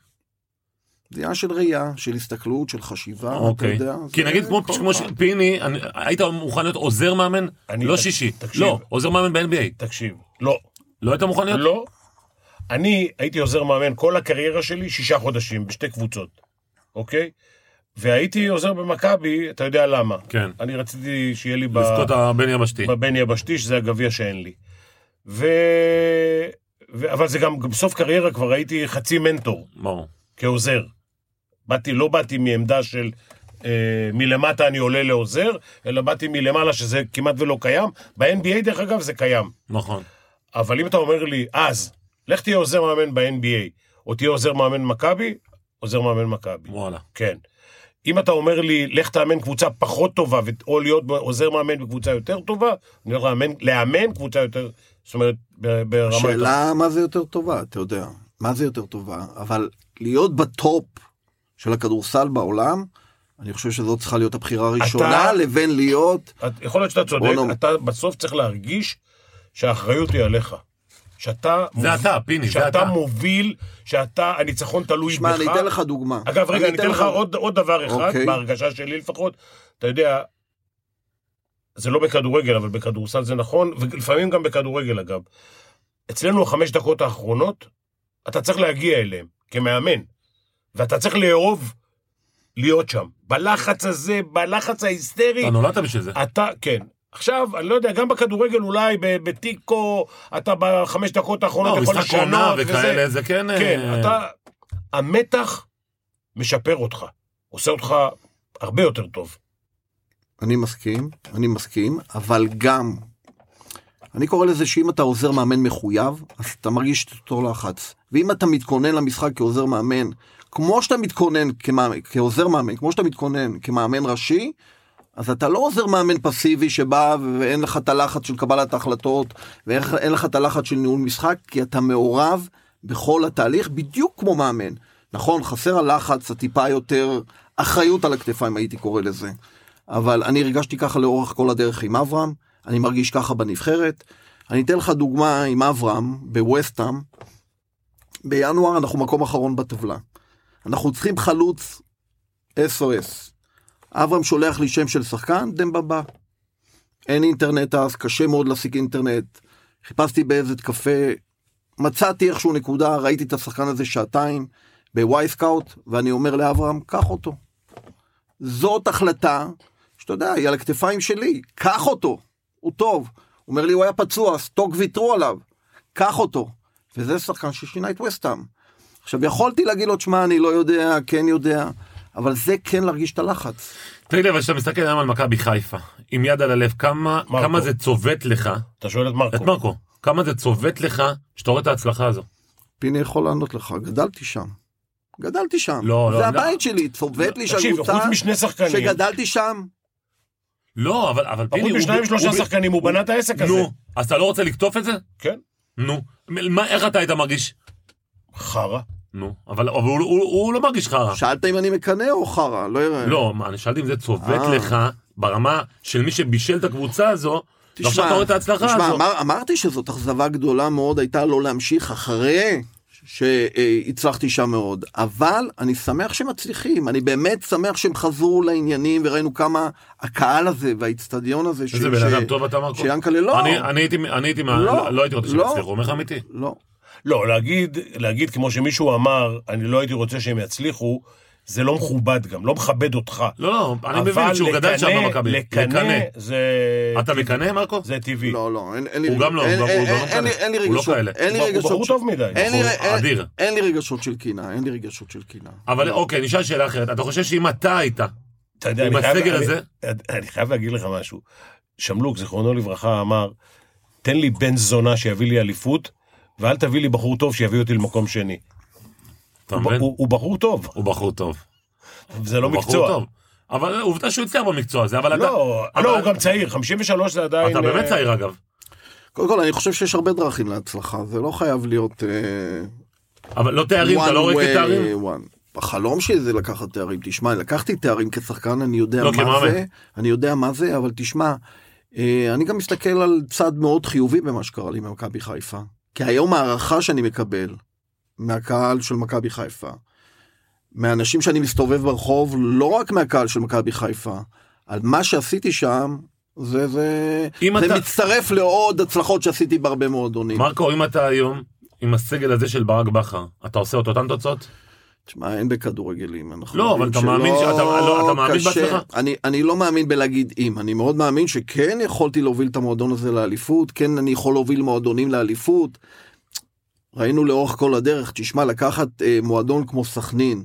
עניין של ראייה, של הסתכלות, של חשיבה, אתה
אוקיי.
יודע.
כי
זה אה,
נגיד כמו-
כל
כמו
פעם.
שפיני, אני- היית מוכן להיות עוזר מאמן?
אני-
לא
תק-
שישי.
תקשיב.
לא, עוזר מאמן ב-NBA.
תקשיב, לא.
לא היית מוכן להיות?
לא. אני הייתי עוזר מאמן כל הקריירה שלי, שישה חודשים, בשתי קבוצות, אוקיי? והייתי עוזר במכבי, אתה יודע למה.
כן.
אני רציתי שיהיה לי ב...
לזכות הבן יבשתי.
בבן יבשתי, שזה הגביע שאין לי. ו... ו... אבל זה גם, גם בסוף קריירה כבר הייתי חצי מנטור,
ברור.
כעוזר. באתי, לא באתי מעמדה של אה, מלמטה אני עולה לעוזר, אלא באתי מלמעלה, שזה כמעט ולא קיים. ב-NBA, דרך אגב, זה קיים.
נכון.
אבל אם אתה אומר לי, אז, לך תהיה עוזר מאמן ב-NBA, או תהיה עוזר מאמן מכבי, עוזר מאמן מכבי.
וואלה.
כן. אם אתה אומר לי, לך תאמן קבוצה פחות טובה, ו- או להיות עוזר מאמן בקבוצה יותר טובה, אני הולך לאמן, לאמן קבוצה יותר, זאת אומרת, ב- ברמה יותר...
השאלה מה זה יותר טובה, אתה יודע. מה זה יותר טובה, אבל להיות בטופ של הכדורסל בעולם, אני חושב שזאת צריכה להיות הבחירה הראשונה,
אתה-
לבין להיות...
את- יכול להיות שאתה צודק,
בוא נאמר.
אתה בסוף צריך להרגיש שהאחריות היא עליך. שאתה...
זה אתה, פיני, זה
שאתה
אתה.
מוביל, שאתה, הניצחון תלוי בך.
שמע, אני אתן לך דוגמה.
אגב, רגע, אני אתן לך עוד, עוד דבר אחד,
אוקיי.
בהרגשה שלי לפחות, אתה יודע, זה לא בכדורגל, אבל בכדורסל זה נכון, ולפעמים גם בכדורגל אגב. אצלנו החמש דקות האחרונות, אתה צריך להגיע אליהם, כמאמן, ואתה צריך לאהוב להיות שם. בלחץ הזה, בלחץ ההיסטרי,
אתה נולדת בשביל זה.
אתה, כן. עכשיו, אני לא יודע, גם בכדורגל אולי, ב- בתיקו, אתה בחמש דקות האחרונות
לא,
יכול
משחק
לשנות,
עונה
וזה-
וכאלה, זה כן...
כן,
אה,
אתה... המתח משפר אותך, עושה אותך הרבה יותר טוב.
אני מסכים, אני מסכים, אבל גם, אני קורא לזה שאם אתה עוזר מאמן מחויב, אז אתה מרגיש את אותו לחץ. ואם אתה מתכונן למשחק כעוזר מאמן, כמו שאתה מתכונן כמאמן, כעוזר מאמן, כמו שאתה מתכונן כמאמן ראשי, אז אתה לא עוזר מאמן פסיבי שבא ואין לך את הלחץ של קבלת ההחלטות, ואין לך את הלחץ של ניהול משחק, כי אתה מעורב בכל התהליך בדיוק כמו מאמן. נכון, חסר הלחץ, הטיפה יותר אחריות על הכתפיים הייתי קורא לזה. אבל אני הרגשתי ככה לאורך כל הדרך עם אברהם, אני מרגיש ככה בנבחרת. אני אתן לך דוגמה עם אברהם בווסטהאם. בינואר אנחנו מקום אחרון בטבלה. אנחנו צריכים חלוץ SOS. אברהם שולח לי שם של שחקן, דמבבה. אין אינטרנט אז, קשה מאוד להשיג אינטרנט. חיפשתי באיזה קפה, מצאתי איכשהו נקודה, ראיתי את השחקן הזה שעתיים בוואי סקאוט, ואני אומר לאברהם, קח אותו. זאת החלטה שאתה יודע, היא על הכתפיים שלי, קח אותו, הוא טוב. הוא אומר לי, הוא היה פצוע, סטוק ויתרו עליו, קח אותו. וזה שחקן ששינה את וסטאם. עכשיו, יכולתי להגיד לו, תשמע, אני לא יודע, כן יודע, אבל זה כן להרגיש את הלחץ.
תגיד לי, אבל כשאתה מסתכל היום על מכבי חיפה, עם יד על הלב, כמה,
מרקו.
כמה זה צובט לך,
אתה שואל את מרקו.
את מרקו, כמה זה צובט לך שאתה רואה את ההצלחה הזו?
פיני יכול לענות לך, גדלתי שם. גדלתי שם.
לא, לא,
זה
לא.
הבית שלי, צובט לי
לא, תקשיב,
שהקבוצה
חוץ משני שחקנים,
שגדלתי שם.
לא, אבל, אבל
חוץ
פיני, הוא-
משניים
הוא-
שלושה
הוא-
שחקנים, הוא בנה את העסק הזה.
נו, אז אתה לא רוצה לקטוף את זה?
כן,
נו. מ- מה, איך אתה היית מרגיש?
חרא.
נו, אבל, אבל הוא, הוא, הוא לא מרגיש חרא.
שאלת אם אני מקנא או חרא? לא יראה.
לא, מה, אני שאלתי אם זה צובט
אה.
לך ברמה של מי שבישל את הקבוצה הזו, ועכשיו אתה רואה לא את ההצלחה
תשמע,
הזו.
אמר, אמרתי שזאת אכזבה גדולה מאוד הייתה לא להמשיך אחרי שהצלחתי שם מאוד, אבל אני שמח שמצליחים, אני באמת שמח שהם חזרו לעניינים וראינו כמה הקהל הזה והאיצטדיון הזה, ש-
איזה בן
ש-
אדם טוב אתה מרקו.
שיענקל'ה לא,
אני- אני הייתי, אני הייתי, מה-
לא,
לא, לא הייתי רוצה
לא.
שיצליחו, אומר לך אמיתי.
לא,
לא, להגיד, להגיד כמו שמישהו אמר, אני לא הייתי רוצה שהם יצליחו, זה לא מכובד גם, לא מכבד אותך.
לא, לא, אני
אבל
מבין שהוא גדל שם
לקנא-
במכבי.
לקנא, זה...
אתה מקנא, מרקו?
זה טבעי.
לא, לא, אין, אין לי
הוא
רגש-
גם לא, הוא
אין-
גם- הוא
אין-
גם לא
אין- אין לי-
כאלה.
אין לי
הוא לא
רגשות,
כאלה.
אין לי
הוא בחור- הוא בחור
רגשות,
טוב מדי. נכון?
אין לי-
בחור
אין-
אדיר.
אין לי רגשות של קינה, אין לי רגשות של קינה. לא.
אבל אוקיי, נשאל שאלה אחרת. אתה חושב שאם אתה היית,
אתה יודע,
עם
אני חייב-
הסגל
אני-
הזה?
אני חייב להגיד לך משהו. שמלוק, זיכרונו לברכה, אמר, תן לי בן זונה שיביא לי אליפות, ואל תביא לי בחור טוב שיביא אותי למקום שני.
אתה
הוא-
מבין?
הוא הוא בחור טוב,
הוא בחור טוב.
זה לא
הוא בחור
מקצוע.
טוב. אבל עובדה שהוא הצליח במקצוע הזה, אבל אתה...
לא,
אבל-
לא, הוא גם צעיר, 53 זה עדיין...
אתה באמת
אה,
צעיר אגב.
קודם כל, אני חושב שיש הרבה דרכים להצלחה, זה לא חייב להיות... אה,
אבל לא תארים, אתה לא רואה
one way,
כתארים?
one. החלום שלי זה לקחת תארים. תשמע, לקחתי תארים כשחקן, אני יודע
לא,
מה
כמאמן.
זה, אני יודע מה זה, אבל תשמע, אה, אני גם מסתכל על צד מאוד חיובי במה שקרה לי במכבי חיפה. כי היום הערכה שאני מקבל מהקהל של מכבי חיפה, מאנשים שאני מסתובב ברחוב, לא רק מהקהל של מכבי חיפה, על מה שעשיתי שם, זה, זה,
אם
זה
אתה-
מצטרף לעוד הצלחות שעשיתי בהרבה מועדונים.
מרקו, אם אתה היום עם הסגל הזה של ברק בכר, אתה עושה את אותן תוצאות?
תשמע, אין בכדורגלים, אנחנו
לא,
יודעים
אבל אתה
שלא
מאמין ש- אתה- לא, אתה מאמין
קשה.
בעצמך?
אני, אני לא מאמין בלהגיד אם, אני מאוד מאמין שכן יכולתי להוביל את המועדון הזה לאליפות, כן אני יכול להוביל מועדונים לאליפות. ראינו לאורך כל הדרך, תשמע, לקחת אה, מועדון כמו סכנין,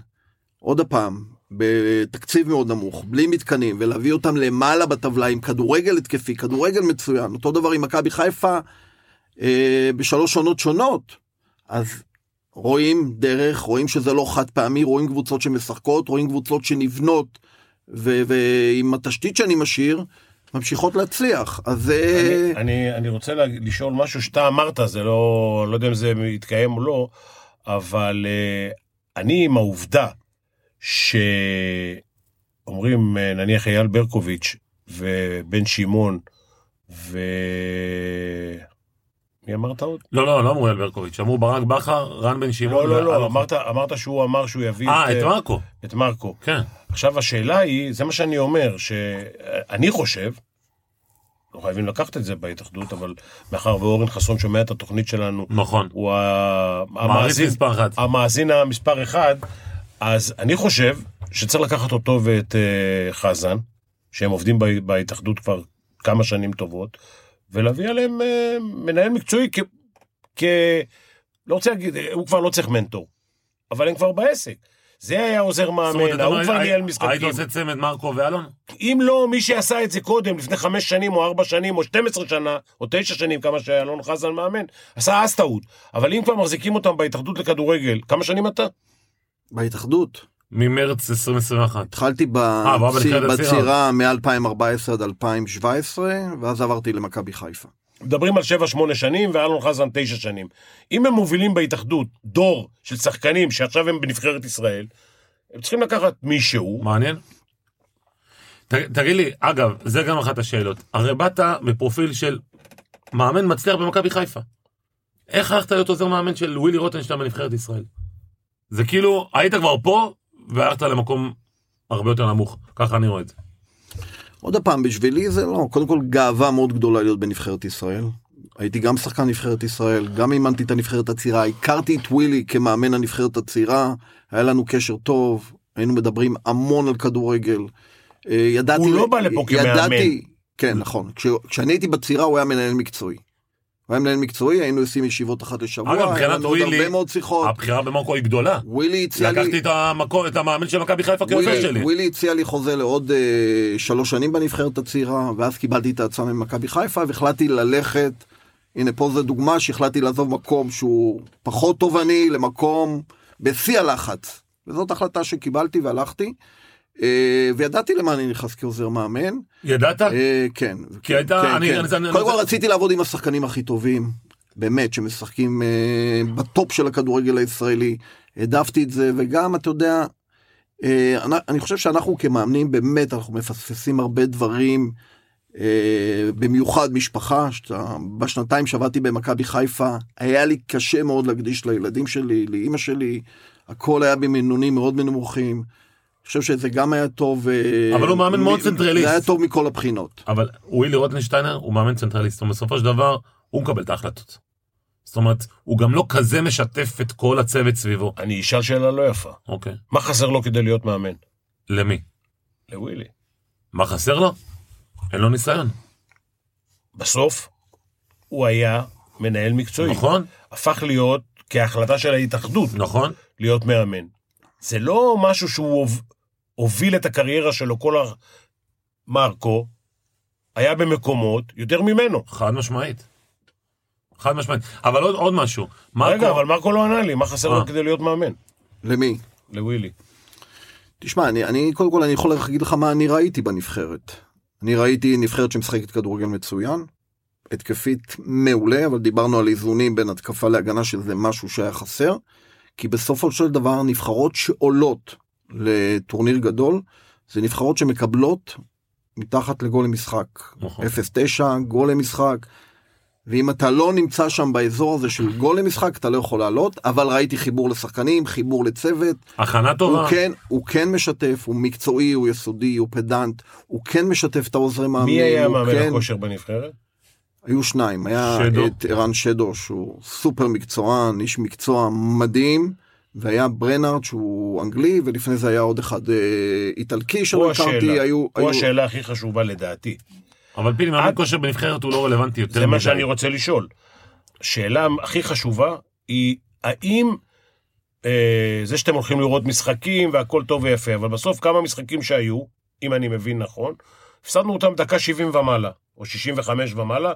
עוד פעם, בתקציב מאוד נמוך, בלי מתקנים, ולהביא אותם למעלה בטבלה עם כדורגל התקפי, כדורגל מצוין, אותו דבר עם מכבי חיפה אה, בשלוש עונות שונות. אז רואים דרך, רואים שזה לא חד פעמי, רואים קבוצות שמשחקות, רואים קבוצות שנבנות, ו- ועם התשתית שאני משאיר, ממשיכות להצליח. אז זה...
אה,
אני- אני, אני רוצה לה, לשאול משהו שאתה אמרת, זה לא, אני לא יודע אם זה יתקיים או לא, אבל אה, אני עם העובדה שאומרים אה, נניח אייל ברקוביץ' ובן שמעון ו... מי אמרת עוד?
לא, לא, לא אמרו אל ברקוביץ', אמרו ברק בכר, רן בן שמעון.
לא, לא,
ואלון.
לא, אמרת, אמרת שהוא אמר שהוא יביא
אה, את
אה,
מרקו,
את מרקו.
כן.
עכשיו השאלה היא, זה מה שאני אומר, שאני חושב, לא חייבים לקחת את זה בהתאחדות, אבל מאחר ואורן חסון שומע את התוכנית שלנו,
נכון.
הוא ה-
מעריץ
המאזין,
מספר אחת.
המאזין המספר אחד, אז אני חושב שצריך לקחת אותו ואת אה, חזן, שהם עובדים בה- בהתאחדות כבר כמה שנים טובות, ולהביא עליהם אה, מנהל מקצועי כ... כ... לא רוצה להגיד, אה, הוא כבר לא צריך מנטור, אבל הם כבר בעסק. זה היה עוזר
זאת אומרת,
מאמן,
אתה
ההוא
אומר,
כבר
הי-
ניהל
היית
משחקים.
עושה צמד מרקו ואלון?
אם לא מי שעשה את זה קודם, לפני חמש שנים או ארבע שנים או 12 שנה או תשע שנים, כמה שאלון חזן מאמן, עשה אז טעות. אבל אם כבר מחזיקים אותם בהתאחדות לכדורגל, כמה שנים אתה?
בהתאחדות.
ממרץ 2021.
התחלתי
בוא, אבל
בציר,
נקרא את הצירה.
בצירה מ-2014 עד 2017, ואז עברתי למכבי חיפה.
מדברים על שבע, שמונה שנים ואלון חזן תשע שנים. אם הם מובילים בהתאחדות דור של שחקנים שעכשיו הם בנבחרת ישראל, הם צריכים לקחת מישהו,
מעניין. ת- תגיד לי, אגב, זה גם אחת השאלות. הרי באת בפרופיל של מאמן מצליח במכבי חיפה. איך הלכת להיות עוזר מאמן של ווילי רוטנשטיין בנבחרת ישראל? זה כאילו, היית כבר פה, והלכת למקום הרבה יותר נמוך. ככה אני רואה את זה.
עוד פעם, בשבילי זה לא, קודם כל גאווה מאוד גדולה להיות בנבחרת ישראל. הייתי גם שחקן נבחרת ישראל, גם אימנתי את הנבחרת הצעירה, הכרתי את ווילי כמאמן הנבחרת הצעירה, היה לנו קשר טוב, היינו מדברים המון על כדורגל. אה, ידעתי...
הוא לא בא לפה כמאמן.
ידעתי, כן, נכון. כש, כשאני הייתי בצעירה הוא היה מנהל מקצועי. הוא היה מנהל מקצועי, היינו עושים ישיבות אחת לשבוע,
אגב,
היה
מבחינת
לנו עוד
ווילי,
הרבה מאוד שיחות.
הבחירה במרקו היא גדולה.
ווילי הציע לי...
לקחתי את המקום, את המאמן של מכבי חיפה כעוזר
ווילי,
שלי.
ווילי הציע לי חוזה לעוד אה, שלוש שנים בנבחרת הצעירה, ואז קיבלתי את ההצעה ממכבי חיפה והחלטתי ללכת, הנה פה זו דוגמה שהחלטתי לעזוב מקום שהוא פחות תובעני למקום בשיא הלחץ. וזאת החלטה שקיבלתי והלכתי, אה, וידעתי למה אני נכנס כעוזר מאמן.
ידעת?
אה, כן.
כי הייתה-
כן,
אני-
כן.
אני- אני-
קודם
אני-
כל רציתי לעבוד עם השחקנים הכי טובים, באמת, שמשחקים אה, בטופ של הכדורגל הישראלי. העדפתי את זה, וגם, אתה יודע, אה, אני- אני חושב שאנחנו כמאמנים, באמת, אנחנו מפספסים הרבה דברים, אה, במיוחד משפחה, שאתה- בשנתיים שעבדתי במכבי חיפה, היה לי קשה מאוד להקדיש לילדים שלי, לאימא שלי, הכל היה במינונים מאוד נמוכים. אני חושב שזה גם היה טוב. אה,
אבל הוא מאמן
מ-
מאוד צנטרליסט.
זה היה טוב מכל הבחינות.
אבל ווילי רוטנשטיינר הוא מאמן צנטרליסט, ובסופו של דבר הוא מקבל את ההחלטות. זאת אומרת, הוא גם לא כזה משתף את כל הצוות סביבו.
אני אשאל שאלה לא יפה.
אוקיי.
מה חסר לו כדי להיות מאמן?
למי?
לווילי.
מה חסר לו? אין לו ניסיון,
בסוף, הוא היה מנהל מקצועי.
נכון?
הפך להיות, כהחלטה של ההתאחדות,
נכון?
להיות מאמן. זה לא משהו שהוא הוב- הוביל את הקריירה שלו, כל ה... מרקו היה במקומות יותר ממנו.
חד משמעית. חד משמעית. אבל עוד, עוד משהו. מרקו,
רגע, אבל מרקו לא ענה לי, מה חסר
אה.
לו כדי להיות מאמן?
למי?
לווילי.
תשמע, אני, אני קודם כל אני יכול להגיד לך מה אני ראיתי בנבחרת. אני ראיתי נבחרת שמשחקת כדורגל מצוין, התקפית מעולה, אבל דיברנו על איזונים בין התקפה להגנה שזה משהו שהיה חסר, כי בסופו של דבר נבחרות שעולות לטורניר גדול, זה נבחרות שמקבלות מתחת לגול למשחק.
נכון.
0-9, גול למשחק. ואם אתה לא נמצא שם באזור הזה של גול למשחק, אתה לא יכול לעלות, אבל ראיתי חיבור לשחקנים, חיבור לצוות,
הכנה
הוא
טובה.
כן, הוא כן משתף, הוא מקצועי, הוא יסודי, הוא פדנט, הוא כן משתף את העוזרי מאמין.
מי היה
הוא
מאמן
כן...
הכושר בנבחרת?
היו שניים, היה
שדו.
את ערן שדו, שהוא סופר מקצוען, איש מקצוע מדהים, והיה ברנארד שהוא אנגלי, ולפני זה היה עוד אחד אה, איטלקי
פה
שלא הכרתי,
השאלה,
היו...
פה
היו-
השאלה הכי חשובה לדעתי.
אבל פיני, מאמן
עד-
כושר בנבחרת הוא לא רלוונטי יותר
זה
מדי.
מה שאני רוצה לשאול. השאלה הכי חשובה היא, האם אה, זה שאתם הולכים לראות משחקים והכל טוב ויפה, אבל בסוף כמה משחקים שהיו, אם אני מבין נכון, הפסדנו אותם דקה 70 ומעלה, או 65 ומעלה,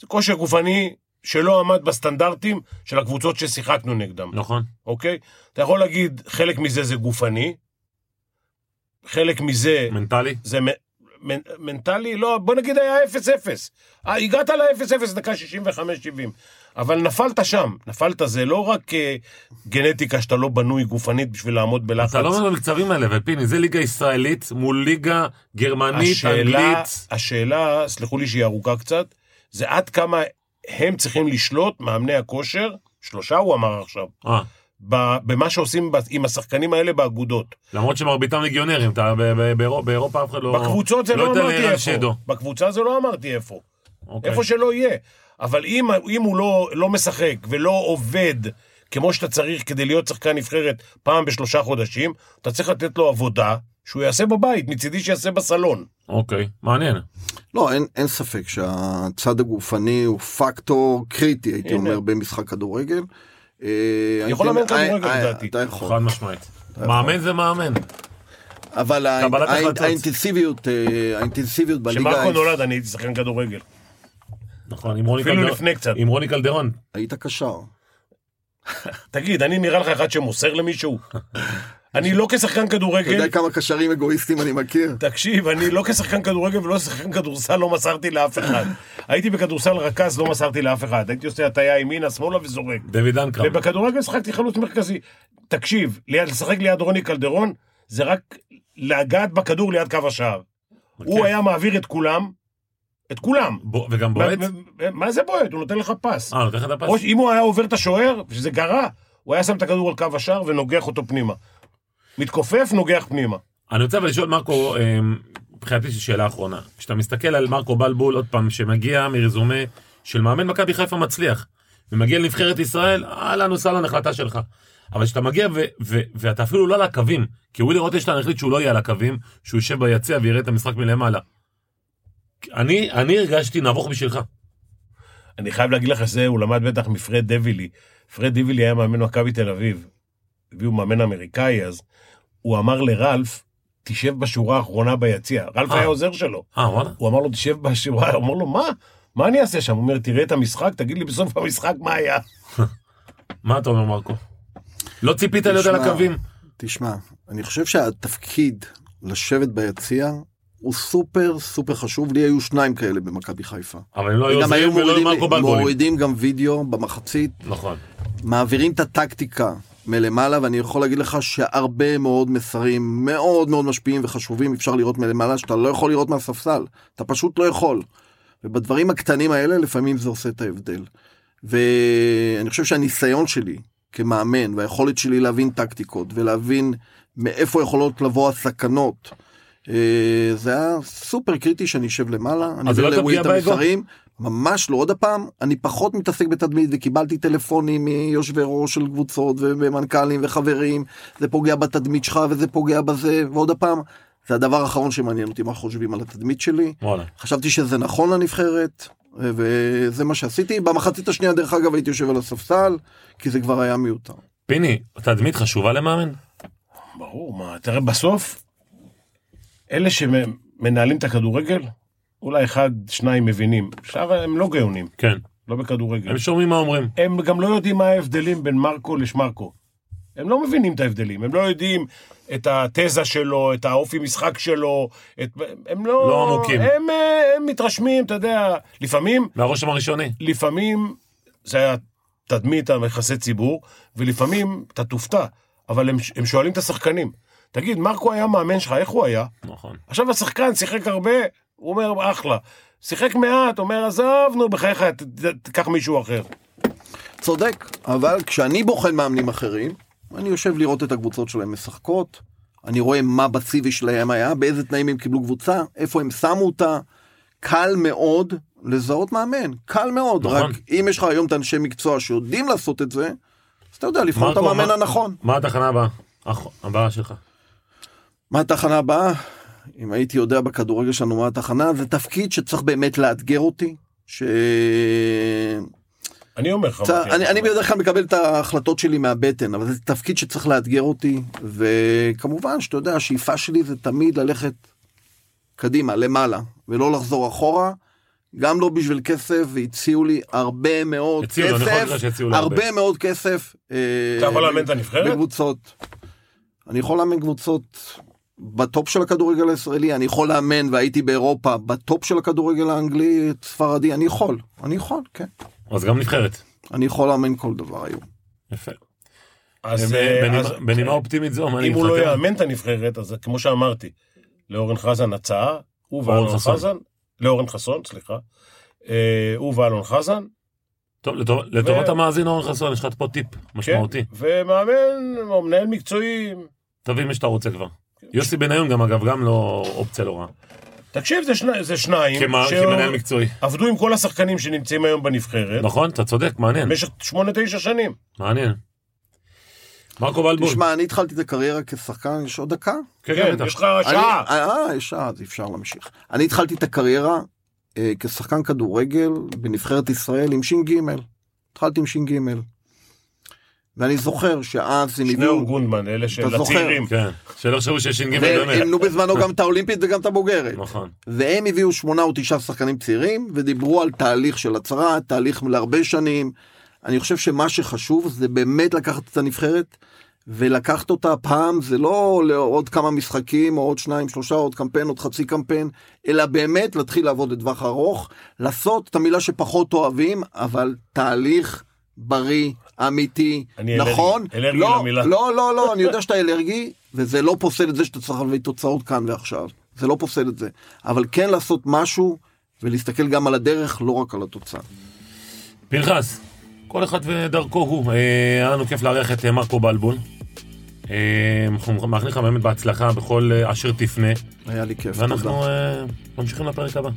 זה כושר גופני שלא עמד בסטנדרטים של הקבוצות ששיחקנו נגדם.
נכון.
אוקיי? אתה יכול להגיד, חלק מזה זה גופני, חלק מזה
מנטלי.
זה מ, מ, מנטלי, לא, בוא נגיד היה 0-0. אה, הגעת ל-0-0 דקה 65-70, אבל נפלת שם, נפלת, זה לא רק אה, גנטיקה שאתה לא בנוי גופנית בשביל לעמוד בלחץ.
אתה לא אומר במקצבים האלה, ופיני, זה ליגה ישראלית מול ליגה גרמנית,
השאלה,
אנגלית.
השאלה, סלחו לי שהיא ארוכה קצת, זה עד כמה הם צריכים לשלוט, מאמני הכושר, שלושה הוא אמר עכשיו,
אה,
ב- במה שעושים ב- עם השחקנים האלה באגודות.
למרות שמרביתם ליגיונרים, אתה- ב- ב- באירו- באירופה אף אחד לא...
בקבוצות זה לא
ייתן
אמרתי
לערן
איפה.
שדו.
בקבוצה זה לא אמרתי איפה.
אוקיי.
איפה שלא יהיה. אבל אם, אם הוא לא, לא משחק ולא עובד כמו שאתה צריך כדי להיות שחקן נבחרת פעם בשלושה חודשים, אתה צריך לתת לו עבודה שהוא יעשה בבית, מצידי שיעשה בסלון.
אוקיי, מעניין.
לא, אין, אין ספק שהצד הגופני הוא פקטור קריטי, הייתי
הנה.
אומר, במשחק כדורגל. אה,
יכול
הייתי-
לאמן כדורגל,
אה, אה,
לדעתי.
אתה יכול.
חד משמעית. מאמן זה מאמן.
אבל הא-
קבלת
הא-
החלטות.
האינטנסיביות, אה, האינטנסיביות בליגה,
כשמרקו נולד אני הייתי שחקן כדורגל.
נכון, עם רוני
אפילו
קלדרון.
לפני קצת.
עם רוני קלדרון.
היית קשר.
תגיד, אני נראה לך אחד שמוסר למישהו? אני לא כשחקן
כן.
אתה יודע
כדורגל,
כמה קשרים אגואיסטים אני מכיר?
תקשיב, אני לא כשחקן כדורגל ולא כשחקן כדורסל לא מסרתי לאף אחד. הייתי בכדורסל רכז, לא מסרתי לאף אחד. הייתי עושה הטיה ימינה, שמאלה וזורק.
דוד אנקרם.
ובכדורגל שחקתי חלוץ מרכזי. תקשיב, ליד- לשחק ליד רוני קלדרון, זה רק לגעת בכדור ליד קו השער. הוא היה מעביר את כולם, את כולם.
בו- וגם בועט?
מה- מה- מה זה בועט? הוא נותן לך פס.
אה, נותן לך את הפס?
או אם הוא היה עובר את השוער, שזה קרה, הוא היה שם את הכדור על קו השער ונוגח אותו פנימה. מתכופף, נוגח פנימה.
אני רוצה אבל לשאול מרקו, אמ, מבחינתי זו שאלה אחרונה. כשאתה מסתכל על מרקו בלבול, עוד פעם, שמגיע מרזומה של מאמן מכבי חיפה מצליח, ומגיע לנבחרת ישראל, אהלן וסהלן החלטה שלך. אבל כשאתה מגיע ו- ו- ואתה אפילו לא על הקווים, כי ווילי רוטנשטיין החליט שהוא לא יהיה על הקווים, שהוא יושב ביציע ויראה את המשחק מלמעלה. אני, אני הרגשתי נבוך בשבילך.
אני חייב להגיד לך שזה, הוא למד בטח מפרד דבילי. פרד דבילי היה מאמן מכבי תל אביב. הביאו מאמן אמריקאי אז. הוא אמר לרלף, תשב בשורה האחרונה ביציע. רלף
אה.
היה עוזר שלו.
אה, וואלה.
הוא אמר לו, תשב בשורה, הוא אמר לו, מה? מה אני אעשה שם? הוא אומר, תראה את המשחק, תגיד לי בסוף המשחק מה היה.
מה אתה אומר, מרקו? לא ציפית להיות על
תשמע,
הקווים?
תשמע, אני חושב שהתפקיד לשבת ביציע הוא סופר סופר חשוב, לי היו שניים כאלה במכבי חיפה.
אבל הם לא היו
וגם
עוזרים
היו
ולא היו מרקו
מורידים,
בלבולים.
מורידים גם וידאו במחצית,
נכון.
מעבירים את הטקטיקה מלמעלה, ואני יכול להגיד לך שהרבה מאוד מסרים מאוד מאוד משפיעים וחשובים אפשר לראות מלמעלה, שאתה לא יכול לראות מהספסל, אתה פשוט לא יכול. ובדברים הקטנים האלה לפעמים זה עושה את ההבדל. ואני חושב שהניסיון שלי כמאמן והיכולת שלי להבין טקטיקות ולהבין מאיפה יכולות לבוא הסכנות. אה, זה היה סופר קריטי שאני אשב למעלה, אני
אז זה לא
אביא
הייתה
לוויד את
פגיעה באגו?
המסרים, ממש לא, עוד פעם, אני פחות מתעסק בתדמית וקיבלתי טלפונים מיושבי ראש של קבוצות ומנכ"לים וחברים, זה פוגע בתדמית שלך וזה פוגע בזה, ועוד פעם, זה הדבר האחרון שמעניין אותי, מה חושבים על התדמית שלי,
וואלה.
חשבתי שזה נכון לנבחרת, וזה מה שעשיתי. במחצית השנייה, דרך אגב, הייתי יושב על הספסל, כי זה כבר היה מיותר.
פיני, תדמית חשובה למאמן?
ברור, מה, תראה, בסוף, אלה שמנהלים את הכדורגל, אולי אחד, שניים מבינים. עכשיו הם לא גאונים,
כן.
לא בכדורגל.
הם שומעים מה אומרים.
הם גם לא יודעים מה ההבדלים בין מרקו לשמרקו. הם לא מבינים את ההבדלים, הם לא יודעים את התזה שלו, את האופי משחק שלו, את... הם לא...
לא עמוקים.
הם, אה, הם מתרשמים, אתה יודע, לפעמים
מהרושם הראשוני.
לפעמים זה היה תדמית על יחסי ציבור, ולפעמים אתה תופתע, אבל הם, הם שואלים את השחקנים, תגיד, מרקו היה מאמן שלך, איך הוא היה?
נכון.
עכשיו השחקן שיחק הרבה, הוא אומר, אחלה. שיחק מעט, אומר, עזב, נו, בחייך, ת- ת- תיקח מישהו אחר.
צודק, אבל כשאני בוחן מאמנים אחרים, אני יושב לראות את הקבוצות שלהם משחקות, אני רואה מה בסיבי שלהם היה, באיזה תנאים הם קיבלו קבוצה, איפה הם שמו אותה. קל מאוד לזהות מאמן, קל מאוד,
נכון.
רק אם יש לך היום את אנשי מקצוע שיודעים לעשות את זה, אז אתה יודע
נכון,
לבחור את
מרקו,
המאמן
מה-
הנכון.
מה התחנה הבאה? אח- הבאה שלך.
מה התחנה הבאה? אם הייתי יודע בכדורגל שלנו מה התחנה, זה תפקיד שצריך באמת לאתגר אותי. ש...
אני אומר
לא
לך,
אתה,
מוטי,
אני, אני בדרך כלל מקבל את ההחלטות שלי מהבטן, אבל זה תפקיד שצריך לאתגר אותי, וכמובן שאתה יודע, השאיפה שלי זה תמיד ללכת קדימה, למעלה, ולא לחזור אחורה, גם לא בשביל כסף, והציעו לי הרבה מאוד
הציעו לו, אני יכול להגיד לך
כסף,
שהציעו לו הרבה.
הרבה מאוד כסף. אה,
אתה יכול לאמן את הנבחרת?
בקבוצות. אני יכול לאמן קבוצות בטופ של הכדורגל הישראלי, אני יכול לאמן, והייתי באירופה, בטופ של הכדורגל האנגלי, ספרדי, אני יכול, אני יכול, כן.
אז גם נבחרת.
אני יכול לאמן כל דבר היום.
יפה.
אז, אה,
בנימה-
אז-
בנימה אופטימית זו, מה אני
אם הוא לא
מחכה?
יאמן את הנבחרת, אז כמו שאמרתי, לאורן חזן הצעה, הוא
אורן
ואלון
חסון.
חזן, לאורן חסון, סליחה, אה, הוא ואלון חזן,
טוב, לטוב- לטובת
ו-
המאזין אורן חסון, יש לך פה טיפ משמעותי.
כן, ומאמן או מנהל מקצועי,
תביא מי שאתה רוצה כבר.
כן.
יוסי בניון גם אגב, גם לא אופציה לא רעה.
תקשיב, זה, שני, זה שניים
כמה- כמנהל מקצועי.
שעבדו עם כל השחקנים שנמצאים היום בנבחרת,
נכון, אתה צודק, מעניין.
במשך שמונה, תשע שנים.
מעניין. מרקו בלבול.
תשמע, אני התחלתי את הקריירה כשחקן, יש עוד דקה?
כן,
כן,
כן, בטח.
יש לך שעה.
אני, אה, יש שעה, אז אפשר להמשיך. אני התחלתי את הקריירה אה, כשחקן כדורגל בנבחרת ישראל עם ש"ג. התחלתי עם ש"ג. ואני זוכר שאז הם
שניאור
הביאו,
גונדמן, אלה של
אתה זוכר.
הצעירים.
כן, שלא יחשבו שיש
לא
ש"ג
והם
באמת.
אימנו בזמנו גם את האולימפית וגם את הבוגרת.
נכון.
והם הביאו שמונה או תשעה שחקנים צעירים ודיברו על תהליך של הצהרה, תהליך להרבה שנים. אני חושב שמה שחשוב זה באמת לקחת את הנבחרת ולקחת אותה פעם זה לא לעוד כמה משחקים או עוד שניים שלושה עוד קמפיין עוד חצי קמפיין אלא באמת להתחיל לעבוד לטווח ארוך לעשות את המילה שפחות אוהבים אבל תהליך בריא אמיתי
אני אלרגי-
נכון
אלרגי
לא,
למילה.
לא לא לא אני יודע שאתה אלרגי וזה לא פוסל את זה שאתה צריך להביא תוצאות כאן ועכשיו זה לא פוסל את זה אבל כן לעשות משהו ולהסתכל גם על הדרך לא רק על התוצאה.
פנחס, כל אחד ודרכו הוא. אה, היה לנו כיף לארח את אה, מרקו בלבול. אה, אנחנו מאחלים לך באמת בהצלחה בכל אה, אשר תפנה.
היה לי כיף תודה.
ואנחנו אה, ממשיכים לפרק הבא.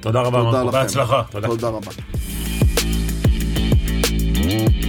תודה רבה,
תודה
מרקו.
לכם.
בהצלחה.
תודה.
תודה רבה.